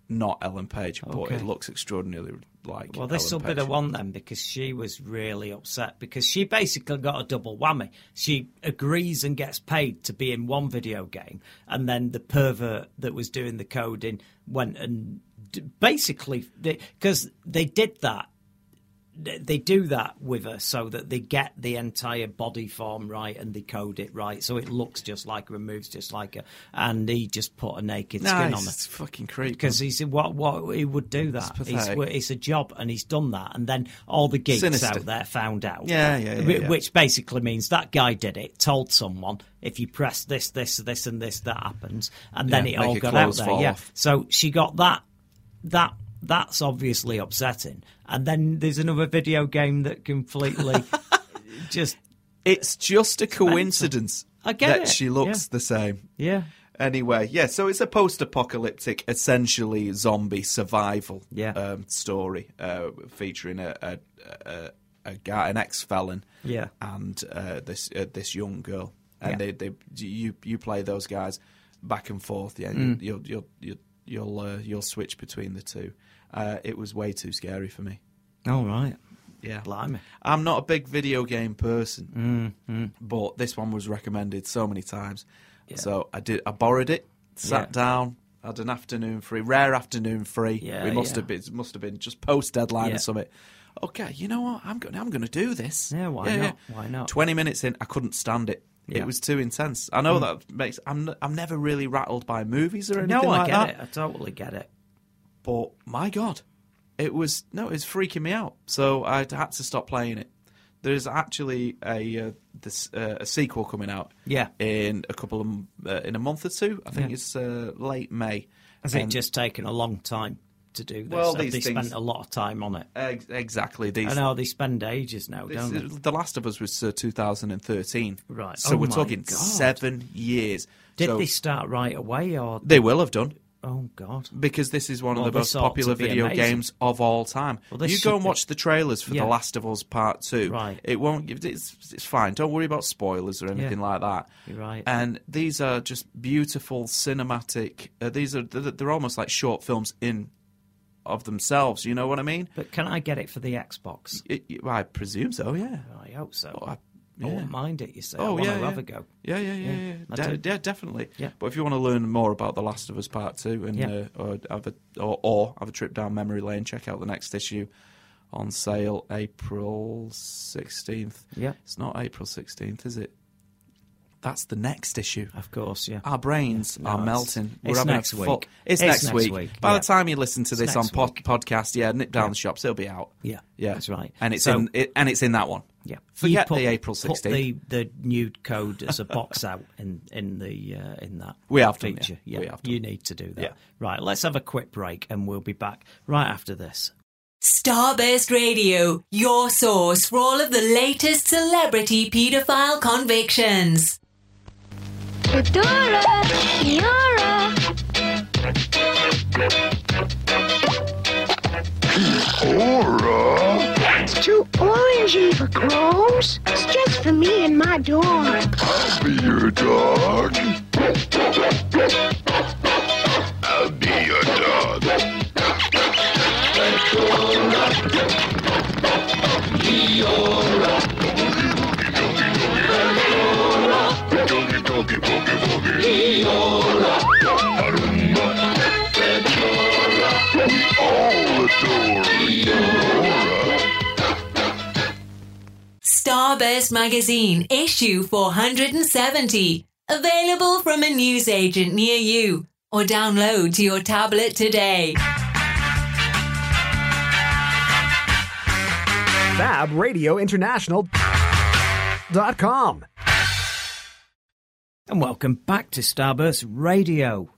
not Ellen Page, but
Okay.
it looks extraordinarily like.
Well, this will
Ellen
be the
Page.
one then because she was really upset because she basically got a double whammy. She agrees and gets paid to be in one video game, and then the pervert that was doing the coding went and d- basically because they did that th- they do that with her so that they get the entire body form right and they code it right, so it looks just like her and moves just like her. And he just put a naked skin on her
it's fucking creep.
because he's what what he would do that. It's,
Mm. pathetic.
it's a job, and he's done that. And then all the geeks
Sinister.
out there found out.
Yeah, yeah, yeah,
whi-
yeah.
Which basically means that guy did it. Told someone if you press this, this, this, and this, that happens. And then
Yeah,
it all
make your
got out
clothes
there.
fall
yeah.
off.
So she got that. That that's obviously upsetting. And then there's another video game that completely just
it's just a coincidence
I get
that
it,
she looks
yeah.
the same.
yeah
Anyway, yeah, so it's a post-apocalyptic, essentially zombie survival
Yeah.
um, story uh, featuring a, a, a, a guy, an ex-felon,
Yeah.
and uh, this uh, this young girl, and
Yeah.
they, they you you play those guys back and forth. Yeah,
Mm.
you, you'll you'll you'll you'll, uh, you'll switch between the two. Uh, it was way too scary for me.
all right.
Yeah,
Blimey.
I'm not a big video game person,
Mm-hmm.
but this one was recommended so many times, so I did. I borrowed it, sat
Yeah.
down, had an afternoon free, rare afternoon free.
Yeah,
we must
yeah.
have been must have been just post deadline
Yeah.
or something. Okay, you know what? I'm going. I'm going to do this.
Yeah, why not? Why not?
Twenty minutes in, I couldn't stand it.
Yeah. Mm.
It was too intense. I know that makes. I'm. n- I'm never really rattled by movies or anything
No, I
like
get
that
it. I totally get it.
but my god, it was no, it was freaking me out. So I had to stop playing it. There's actually a uh, this uh, a sequel coming out.
Yeah.
in a couple of m- uh, in a month or two. I think
Yeah.
it's uh, late May.
Has it
And-
just taken a long time to do this?
Um, Well,
Have
these
they
things-
spent a lot of time on it.
Ex- exactly these.
I know they spend ages now,
this-
don't they?
the Last of Us was uh, 2013.
Right.
So
Oh
we're
my
talking
God.
seven years.
Did
So
they start right away or?
They will have done.
Oh God!
because this is one
Well,
of the most
this ought to
popular
be
video
amazing.
games of all time.
Well, this
you
should
go and
be-
watch the trailers for
Yeah.
The Last of Us Part Two.
Right.
It won't. It's it's fine. Don't worry about spoilers or anything like that.
You're right.
And these are just beautiful cinematic. Uh, these are they're, they're almost like short films in of themselves. You know what I mean?
But can I get it for the Xbox?
It, it- I presume so. Yeah. Oh,
I hope so.
I-
I
yeah.
wouldn't mind it. You say? I want to have a go.
Yeah, yeah, yeah, yeah.
I
De-
do.
yeah, definitely.
Yeah.
But if you want to learn more about The Last of Us Part Two and
Yeah.
uh, or have a or, or have a trip down memory lane, check out the next issue on sale April sixteenth.
Yeah.
It's not April sixteenth, is it? That's the next issue.
Of course, yeah.
Our brains
No,
are
it's-
melting.
it's
having a
next
full-
week.
It's, next, week. By
yeah.
the time you listen to this on
next
pod-
week.
podcast, yeah, nip down the shops. It'll be out.
Yeah,
yeah,
that's right.
And it's
So-
in it, and it's in that one.
Yeah,
forget
You put-
the April
put
sixteenth.
the the nude code as a box out in in the uh, in that
We have done, yeah.
feature.
We have done.
you need to do that.
Yeah.
Right, let's have a quick break, and we'll be back right after this.
Starburst Radio, your source for all of the latest celebrity paedophile convictions.
Dora, Dora. That's too orangey for clothes. It's just for me and my dog.
I'll be your dog. I'll be your dog. Doggy, doggy, doggy, doggy. Arumba, Pandora. We all adore Leonora.
Starburst Magazine, issue 470. Available from a newsagent near you or download to your tablet today.
fabradiointernational.com.
And welcome back to Starburst Radio.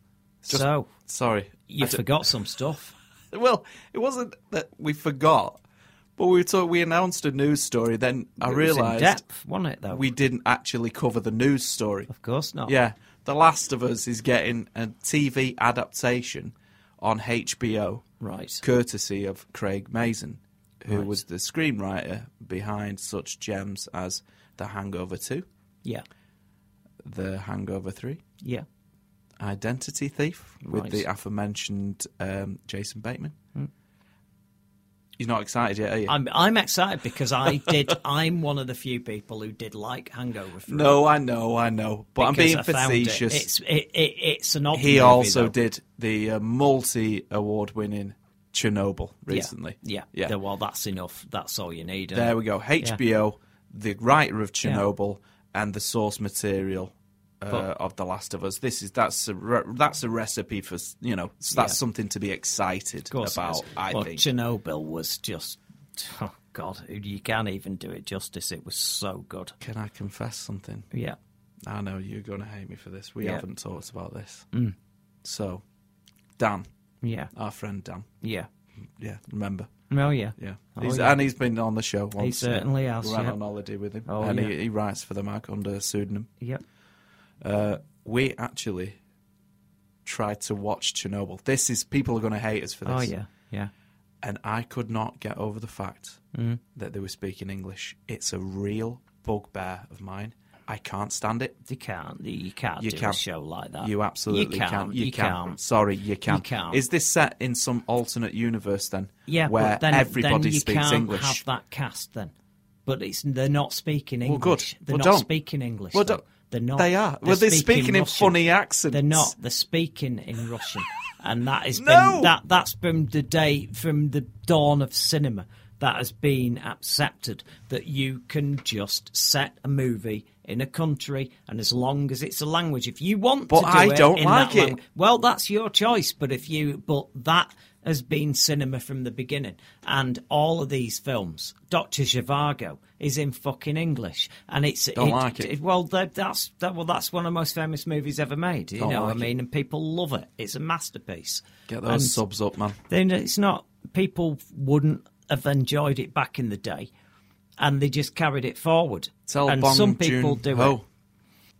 so,
Sorry,
you
I d-
forgot some stuff.
Well, it wasn't that we forgot, but we talk, we announced a news story. Then I
It was in
realised
depth, wasn't it, though?
we didn't actually cover the news story.
Of course not.
Yeah, The Last of Us is getting a TV adaptation on HBO,
Right.
courtesy of Craig Mazin, who was the screenwriter behind such gems as The Hangover Two,
Yeah.
The Hangover Three,
Yeah.
Identity Thief with
Right.
the aforementioned um, Jason Bateman. You're not excited yet, are you?
I'm I'm excited because I did I'm one of the few people who did like Hangover 3.
No, I know, I know, but
because
I'm being
I found it.
facetious.
It's it, it, it's an odd
he
movie,
also
though.
did the uh, multi award winning Chernobyl recently.
Yeah.
yeah.
Yeah. yeah. Well, that's enough. That's all you need. isn't
There
it?
we go. HBO, the writer of Chernobyl, and the source material uh, of The Last of Us. This is that's a re- that's a recipe for s- you know s- that's
Yeah.
something to be excited
Of course it
about.
is.
I
Well,
think.
Chernobyl was just. Oh God, you can't even do it justice. It was so good.
Can I confess something?
Yeah.
I know you're going to hate me for this. We
Yeah.
haven't talked about this. So, Dan,
Yeah.
our friend Dan,
Yeah.
yeah, remember,
Oh yeah.
yeah,
Oh,
he's,
yeah.
and he's been on the show. Once.
certainly has,
Ran
yeah.
on holiday with him,
Oh,
and
yeah.
he, he writes for the mag under a pseudonym.
Yep.
we actually tried to watch Chernobyl. This is people are going to hate us for this.
Oh yeah. Yeah.
And I could not get over the fact
Mm.
that they were speaking English. It's a real bugbear of mine. I can't stand it.
You can't. You can't
You
do
can't.
a show like that.
You absolutely
Uh, you
can't.
can't.
You,
You
can't.
can't.
Sorry, you can't.
can't.
Is this set in some alternate universe then?
Yeah,
where
but then,
everybody
then you
speaks
can't
English.
Have that cast then, but it's they're not speaking
Well,
English.
good.
They're
Well,
not
don't.
speaking English.
Well,
though.
don't.
They're not.
They are. Well, they're speaking in
Russian.
funny accents.
They're not. They're speaking in Russian, and that has
No!
been that that's been the day from the dawn of cinema. That has been accepted that you can just set a movie in a country, and as long as it's a language, if you want to
But
do
I
it
don't
in that
like it.
langu- well, that's your choice, but if you but that has been cinema from the beginning, and all of these films, Doctor Zhivago is in fucking English, and it's
Don't like it.
Well, that, that's that, well, that's one of the most famous movies ever made. You
Don't
know,
like
what I mean, and people love it. It's a masterpiece.
Get those
And-
subs up, man.
then it's not people wouldn't have enjoyed it back in the day, and they just carried it forward.
Tell
and
Bong
some people do
Joon-ho.
it.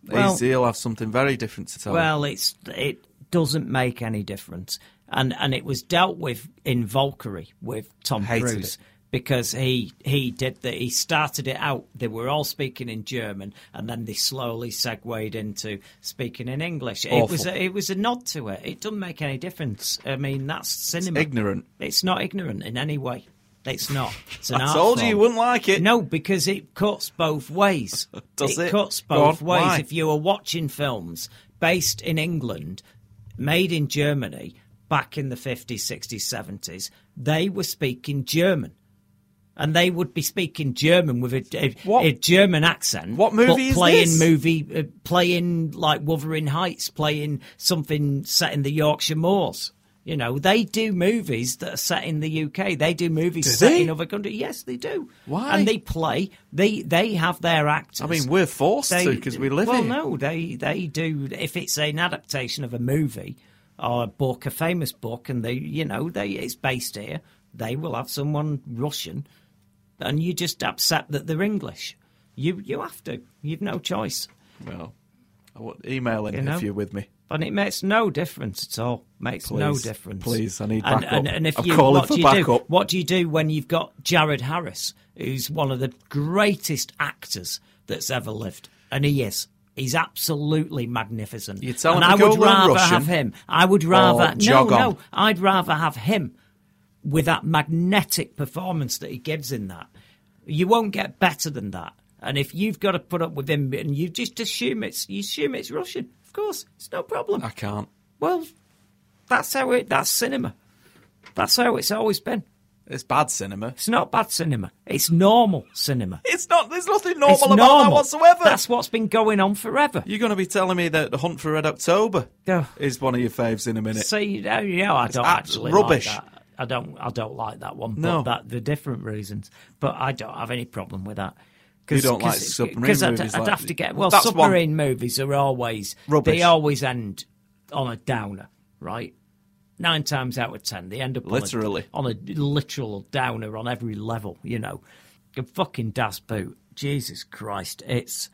Well-
He's- he'll have something very different to tell. him.
Well, it's it doesn't make any difference, and and it was dealt with in Valkyrie with Tom
Hated
Cruise
it.
because he he did that. He started it out. They were all speaking in German, and then they slowly segued into speaking in English. It was
Awful.
a, it was a nod to it. It doesn't make any difference. I mean, that's cinema.
ignorant.
It's not ignorant in any way. It's not. It's an
I
art
told you
form.
you wouldn't like it.
No, because it cuts both ways.
Does it?
cuts
Go on,
both ways.
why?
If you were watching films based in England, made in Germany back in the 50s, 60s, 70s, they were speaking German. And they would be speaking German with a, a-
What-
a German accent.
What movie
but
is
playing
this?
movie, uh, playing like Wuthering Heights, playing something set in the Yorkshire Moors. You know, they do movies that are set in the UK. They do movies
Do
set
they?
in other countries. Yes, they do.
Why?
And they play. They they have their actors.
I mean, we're forced to 'cause to because we live
well,
here.
no, they they do. If it's an adaptation of a movie or a book, a famous book, and they you know they it's based here, they will have someone Russian, and you just accept that they're English. You you have to. You've no choice.
Well, I want email in
You know?
if you're with me.
And it makes no difference at all. Makes no
Please,
difference.
please, I need
and,
backup.
And, and if
I'm
you,
calling
what
for
do you do?
backup.
What do you do when you've got Jared Harris, who's one of the greatest actors that's ever lived, and he is. He's absolutely magnificent.
You tell him
and I
to go
would
learn
rather
Russian Oh,
have him. I would rather no,
jog on.
no. I'd rather have him with that magnetic performance that he gives in that. You won't get better than that. And if you've got to put up with him, and you just assume it's you assume it's Russian, of course, it's no problem.
I can't.
Well, that's how it. That's cinema. That's how it's always been.
It's bad cinema.
It's not bad cinema. It's normal cinema.
It's not. There's nothing normal
it's
about
normal
that whatsoever.
That's what's been going on forever.
You're going to be telling me that The Hunt for Red October
Yeah.
is one of your faves in a minute.
See, no, you know, I don't
abs-
actually
rubbish.
Like that. I don't. I don't like that one.
No.
but that the different reasons. But I don't have any problem with that.
You don't like submarine
Because I'd,
movies
I'd
like-
have to get well.
That's one.
submarine movies are always
Rubbish.
They always end on a downer, right? Nine times out of ten, they end up on a-
Literally.
on a, literal downer on every level. You know, a fucking Das Boot. Jesus Christ, it's.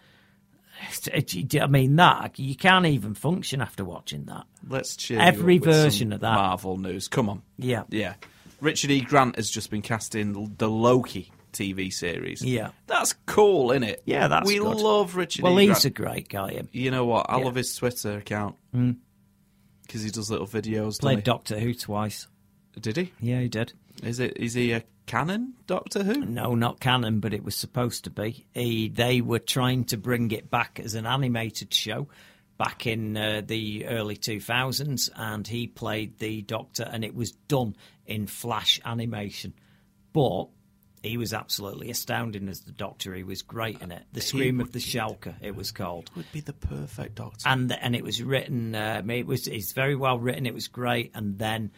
it's- I mean that you can't even function after watching that.
Let's cheer you
Every
up with some
version of that.
Marvel news. Come on.
Yeah.
Yeah. Richard E. Grant has just been cast in the Loki TV series.
Yeah.
That's cool, isn't it?
Yeah, that's
we
good.
love Richard
Well,
E.
he's
Grant.
a great guy. Him
You know what? I
Yeah. Mm.
love his Twitter account because he does little videos.
played
doesn't
Doctor Who twice.
he? Did he?
Yeah, he did.
Is it? Is he a canon Doctor Who?
No, not canon, but it was supposed to be. He, they were trying to bring it back as an animated show back in uh, the early 2000s, and he played the Doctor, and it was done in flash animation. But he was absolutely astounding as the Doctor. He was great in it. The Scream of the Shalker, it was called.
Would be the perfect doctor.
And and it was written. Um, it was it's very well written. It was great. And then,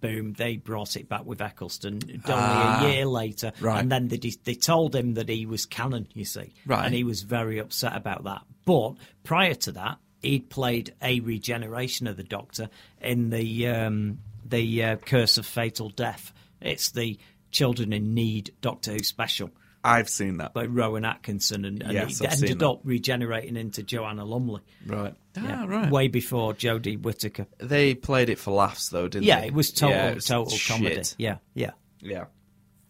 boom, they brought it back with Eccleston only a year later.
Ah, right.
And then they de- they told him that he was canon. You see,
Right.
And he was very upset about that. But prior to that, he'd played a regeneration of the Doctor in the um, the uh, Curse of Fatal Death. It's the Children in Need Doctor Who special
I've seen that.
by Rowan Atkinson, and, and
Yes,
he
I've seen
ended
that.
up regenerating into Joanna Lumley.
Right.
Yeah,
Ah, right.
Way before Jodie Whittaker.
They played it for laughs, though, didn't
Yeah,
they?
it was total,
Yeah, it was
total comedy.
shit.
Yeah, yeah.
Yeah.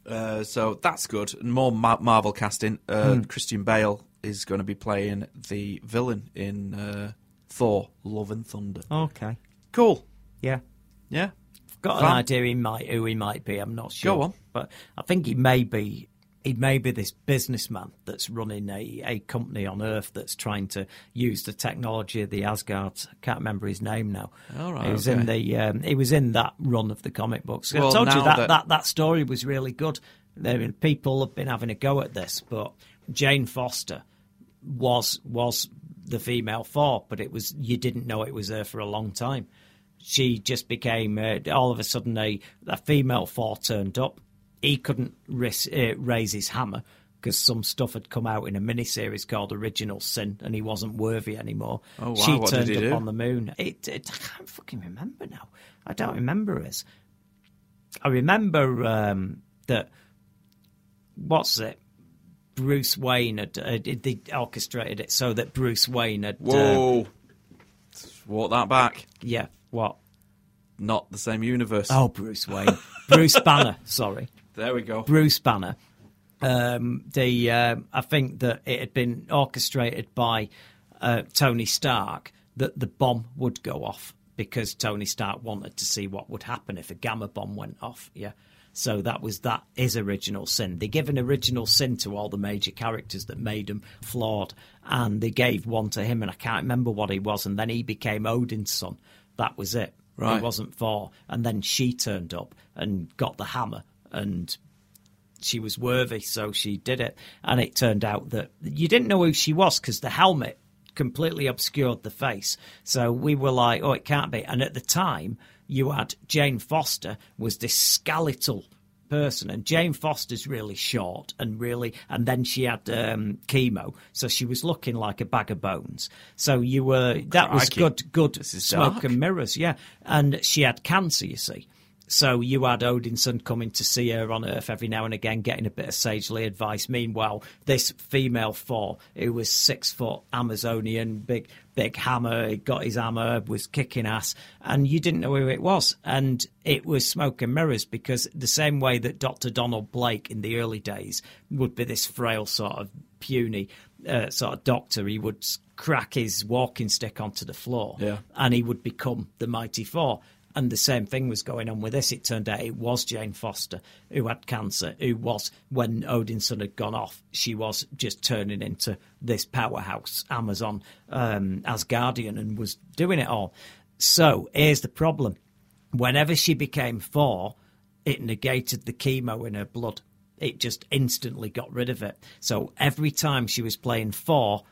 Uh, so that's good. And More Mar- Marvel casting. Uh,
Hmm.
Christian Bale is going to be playing the villain in uh, Thor: Love and Thunder.
Okay.
Cool.
Yeah.
Yeah.
Got an
Fun.
idea he might who he might be. I'm not sure.
Go on.
But I think he may be he may be this businessman that's running a, a company on Earth that's trying to use the technology of the Asgards. I can't remember his name now.
All right,
He was
okay.
in the um, he was in that run of the comic books. I
Well,
told you that,
now that-
that that that story was really good. There, were- people have been having a go at this, but Jane Foster was was the female Thor, but it was you didn't know it was her for a long time. She just became uh, all of a sudden a, a female Thor turned up. He couldn't ris- uh, raise his hammer because some stuff had come out in a miniseries called Original Sin, and he wasn't worthy anymore.
Oh, wow.
She
What did
turned
he
up
do?
on the moon. It, it, I can't fucking remember now. I don't remember us. I remember um, that what's it? Bruce Wayne had uh, did- they orchestrated it so that Bruce Wayne had. Uh,
Whoa. Walk that back.
yeah. What?
Not the same universe.
Oh, Bruce Wayne. Bruce Banner. Sorry.
there we go.
Bruce Banner. Um, the um I think that it had been orchestrated by uh, Tony Stark that the bomb would go off because Tony Stark wanted to see what would happen if a gamma bomb went off. Yeah. So that was that is original sin. They give an original sin to all the major characters that made them flawed, and they gave one to him, and I can't remember what he was, and then he became Odin's son. That was it.
Right.
It wasn't for, and then she turned up and got the hammer and she was worthy, so she did it. And it turned out that you didn't know who she was because the helmet completely obscured the face. So we were like, oh, it can't be. And at the time, you had Jane Foster was this skeletal person and Jane Foster's really short and really and then she had um, chemo so she was looking like a bag of bones so you were that was
Crikey.
good good
is
smoke
dark.
and mirrors, yeah. And she had cancer, you see. So you had Odinson coming to see her on Earth every now and again, getting a bit of sagely advice. Meanwhile, this female four, who was six foot Amazonian, big big hammer, he got his hammer, was kicking ass, and you didn't know who it was. And it was smoke and mirrors because the same way that Dr. Donald Blake in the early days would be this frail sort of puny uh, sort of doctor, he would s- crack his walking stick onto the floor
Yeah.
and he would become the mighty four. And the same thing was going on with this. It turned out it was Jane Foster who had cancer, who was, when Odinson had gone off, she was just turning into this powerhouse, Amazon, um, Asgardian, and was doing it all. So here's the problem. Whenever she became four, it negated the chemo in her blood. It just instantly got rid of it. So every time she was playing four,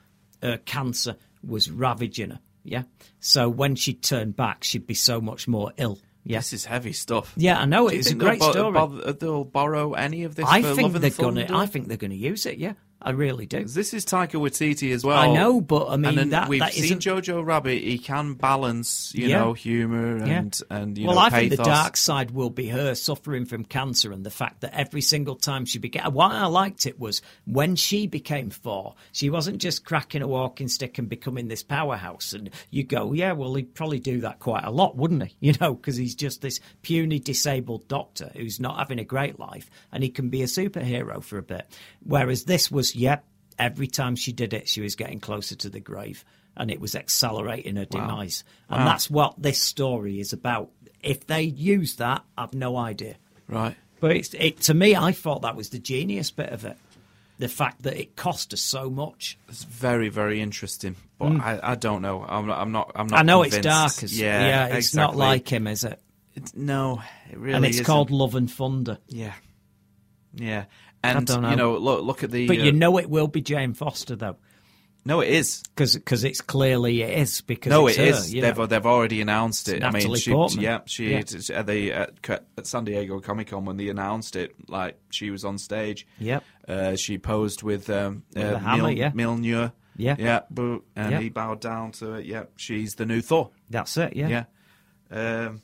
her cancer was ravaging her. Yeah. So when she turned back, she'd be so much more ill. Yeah.
This is heavy stuff.
Yeah, I know.
Do you
It's a
think they'll
great
bo-
story.
bother- uh, they'll borrow any of this.
I
for
think
Love and
they're gonna.
Thunder?
I think they're gonna use it. Yeah, I really do.
This is Taika Waititi as well.
I know, but, I mean,
and then
that-
we've
that
seen
isn't-
Jojo Rabbit. He can balance, you
Yeah.
know, humor and and you
well,
know,
I think the
pathos.
dark side will be her suffering from cancer and the fact that every single time she began. What I liked it was when she became four, she wasn't just cracking a walking stick and becoming this powerhouse. And you go, yeah, well, he'd probably do that quite a lot, wouldn't he? You know, because he's just this puny disabled doctor who's not having a great life and he can be a superhero for a bit. Whereas this was, yep, every time she did it, she was getting closer to the grave. And it was accelerating her demise. And that's what this story is about. If they use that, I've no idea.
Right.
But it's, it, to me, I thought that was the genius bit of it. The fact that it cost us so much.
It's very, very interesting, but I, I don't know. I'm, not- I'm not. I'm not.
Mm. I know it's
convinced.
dark. As, yeah, it's not
exactly.
like him, is it?
It's, no, it really
and it's
isn't.
called Love and Thunder.
Yeah. Yeah. And,
don't know.
you know, look, look at the.
But
uh,
you know it will be Jane Foster though,
no, it is.
because it's clearly it is because
No,
it's
it
her,
is.
you
They've
know.
they've already announced it. I mean,
Natalie
she,
Portman.
yeah, she
Yeah.
it's at the at, Co- at San Diego Comic Con when they announced it, like she was on stage.
Yep.
Uh, she posed with um, uh,
the hammer, yeah.
Milner.
Yeah.
Yeah. boo, and
Yeah.
he bowed down to it. Yep. She's the new Thor.
That's it. Yeah.
Yeah. Um,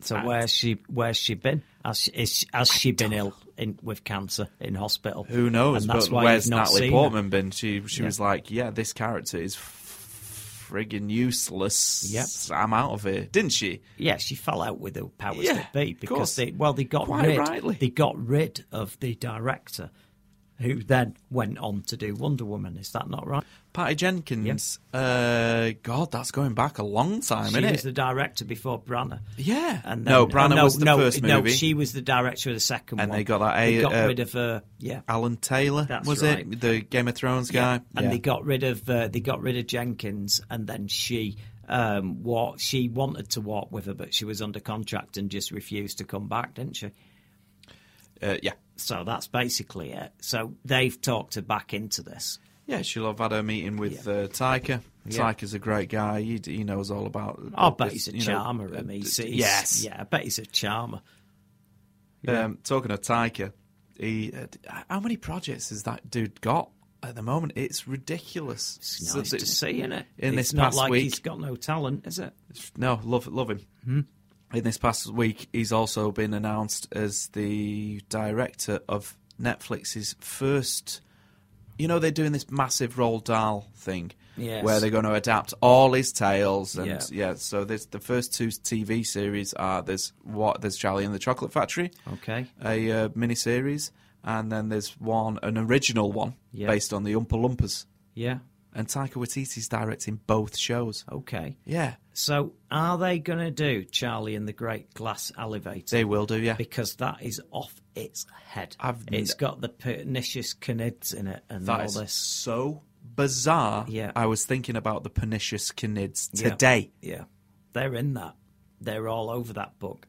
So where's she? Where's she been? Has she, is she, has she been ill in, with cancer in hospital?
who knows?
And that's
but
why you've
where's
not seen
Natalie
her.
Portman been? She she
Yeah.
was like, yeah, this character is f- friggin' useless.
Yep.
I'm out of here. Didn't she?
Yeah, she fell out with the powers
Yeah,
that be
of
because
course.
they well they got
Quite
rid
rightly.
they got rid of the director, who then went on to do Wonder Woman. Is that not right?
Patty Jenkins. Uh, God, that's going back a long time,
she
isn't
was
it?
the director before Branagh.
Yeah.
And
no,
then-
Branagh
oh, no,
was the
no,
first
No,
movie.
she was the director of the second
And
one.
they got that
They
A-
got
uh,
rid of her. Yeah.
Alan Taylor
That's
was
right.
it? The Game of Thrones guy.
and
Yeah.
they got rid of uh, they got rid of Jenkins, and then she um, walked, She wanted to walk with her, but she was under contract and just refused to come back, didn't she?
Uh, yeah.
So that's basically it. So they've talked her back into this.
Yeah, she'll have had her meeting with
Yeah.
uh, Tyker. Tyker's a great guy. He, he knows all about.
I bet he's a
Oh, you know,
charmer.
uh,
I mean,
d-
he's,
d-
he's-
yes.
yeah, I bet he's a charmer.
Um, talking of Tyker, he uh, d- how many projects has that dude got at the moment? It's ridiculous.
It's
So
nice
that-
to see, isn't it?
in
it's
this
not
past
like
week-
he's got no talent, is it?
No, love love him. Mm-hmm. In this past week, he's also been announced as the director of Netflix's first. You know, they're doing this massive Roald Dahl thing,
Yes.
where they're going to adapt all his tales, and
Yeah.
yeah. so there's the first two TV series are there's what there's Charlie and the Chocolate Factory,
Okay.
a uh, miniseries, and then there's one an original one
Yeah.
based on the Oompa Loompas,
Yeah.
and Taika Waititi's directing both shows.
Okay.
Yeah,
So are they going to do Charlie and the Great Glass Elevator?
they will do. Yeah,
because that is off its head.
I've
it's
n-
got the pernicious canids in it and
That
all
is
this.
so bizarre.
Yeah.
I was thinking about the pernicious canids
Yeah.
today.
Yeah, they're in that. They're all over that book.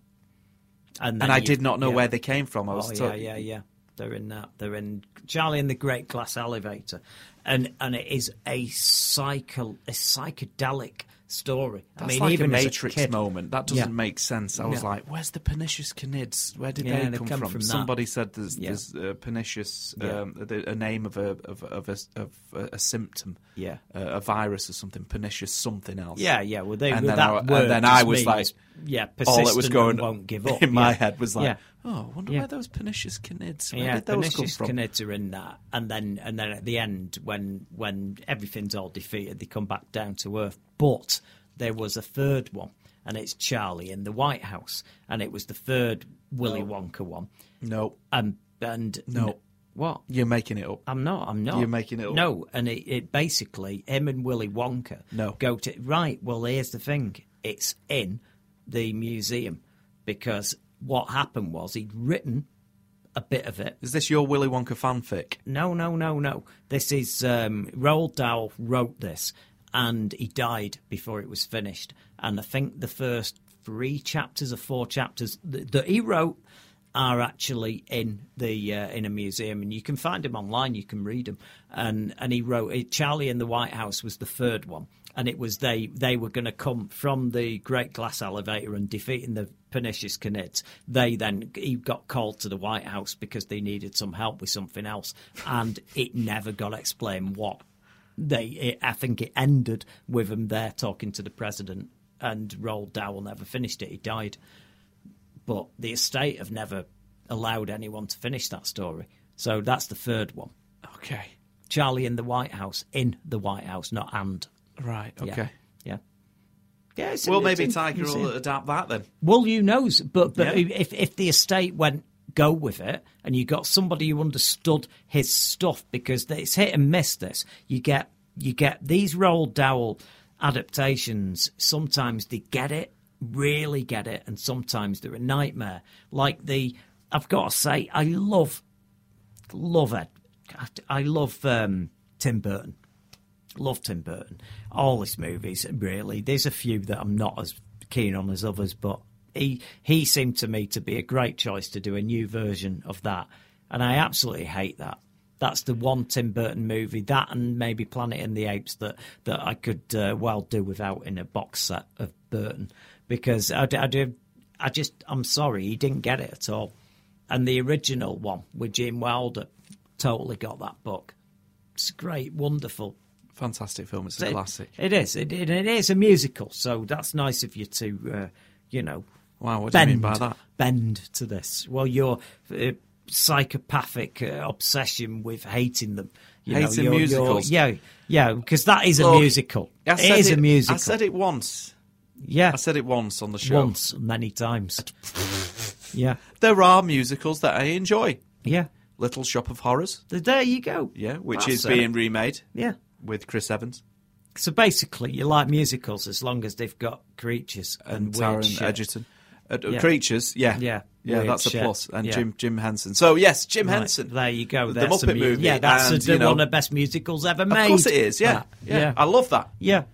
And, then
And I
you-
did not know
yeah.
where they came from. I was
Oh yeah,
talk-
yeah, yeah. They're in that. They're in Charlie and the Great Glass Elevator, and and it is a cycle, a psychedelic story.
That's
I mean,
like
even
a
as
Matrix
kid-
moment. That doesn't
Yeah.
make sense. I was
No.
like, "Where's the pernicious canids? Where did
Yeah,
they
they've
come,
come
from?"
from that.
Somebody said there's,
Yeah.
there's uh, pernicious,
Yeah.
um, the, a name of a of, of, a, of a, a symptom,
Yeah.
uh, a virus or something, pernicious something else.
Yeah, yeah. Well, they,
and
well,
then
that
I,
word
and then
just
I was
means,
like,
yeah,
all it
persistent
was
and
going
won't give up
in my
yeah.
head was like,
Yeah.
"Oh, I wonder
Yeah.
where those pernicious canids? Where
Yeah,
did those come
pernicious
from?"
canids are in that, and then and then at the end, when when everything's all defeated, they come back down to earth. But there was a third one, and it's Charlie in the White House, and it was the third Willy Wonka one,
No,
and and
Oh. No.
what?
you're making it up.
I'm not. I'm not.
You're making it up.
No, and it, it basically him and Willy Wonka.
No.
go to right. Well, here's the thing. It's in the museum because what happened was he'd written a bit of it
Is this your Willy Wonka fanfic?
no, no, no, no. This is um, Roald Dahl wrote this, and he died before it was finished. And I think the first three chapters or four chapters th- that he wrote are actually in the uh, in a museum, and you can find them online. You can read them. And and he wrote it. Charlie in the White House was the third one, and it was they they were going to come from the Great Glass Elevator and defeating the pernicious canids. They then he got called to the White House because they needed some help with something else, and it never got explained what. They, it, I think it ended with him there talking to the president, and Roald Dahl never finished it. He died, but the estate have never allowed anyone to finish that story. So that's the third one.
Okay.
Charlie in the White House, in the White House, not and.
Right.
Yeah.
Okay.
Yeah. Yeah, it's-
Well,
it's
maybe
in-
Tiger
it's
will
in-
adapt that then.
Well, you knows, but but
Yeah.
if if the estate went go with it, and you got somebody who understood his stuff because it's hit and miss. This you get you get these Roald Dahl adaptations. Sometimes they get it, really get it, and sometimes they're a nightmare. Like the I've got to say, I love love Ed. I love um, Tim Burton. Love Tim Burton. All his movies, really. There's a few that I'm not as keen on as others, but he he seemed to me to be a great choice to do a new version of that, and I absolutely hate that. That's the one Tim Burton movie that, and maybe Planet and the Apes that that I could uh, well do without in a box set of Burton because I, d- I do I just I'm sorry he didn't get it at all, and the original one with Jim Wilder totally got that book. It's great, wonderful,
Fantastic film. It's a
it-
classic.
It is. It, it, it is a musical, so that's nice of you to, uh, you know.
Wow, what do you
bend,
mean by that?
Bend to this. Well, your uh, psychopathic uh, obsession with hating them. You know,
Hating
your- your-
musicals.
yeah, yeah, because that is a
Look,
musical.
I
It
said
is a musical.
I said it once.
yeah,
I said it once on the show.
once, many times. yeah,
There are musicals that I enjoy.
yeah.
Little Shop of Horrors,
Th- There you go.
yeah, which
That's
is
it.
being remade
Yeah.
with Chris Evans
So basically, you like musicals as long as they've got creatures and,
and
weird
Taron
shit.
Egerton. Uh, uh,
Yeah.
Creatures, yeah,
Yeah,
yeah,
weird
that's a
shit.
plus. And
Yeah.
Jim Jim Henson. So yes, Jim
Right,
Henson.
There you go.
The
That's a
Muppet
mu-
movie.
Yeah, that's
and,
a,
you know,
one of the best musicals ever made.
Of course it is. Yeah,
That.
yeah. I love that.
Yeah.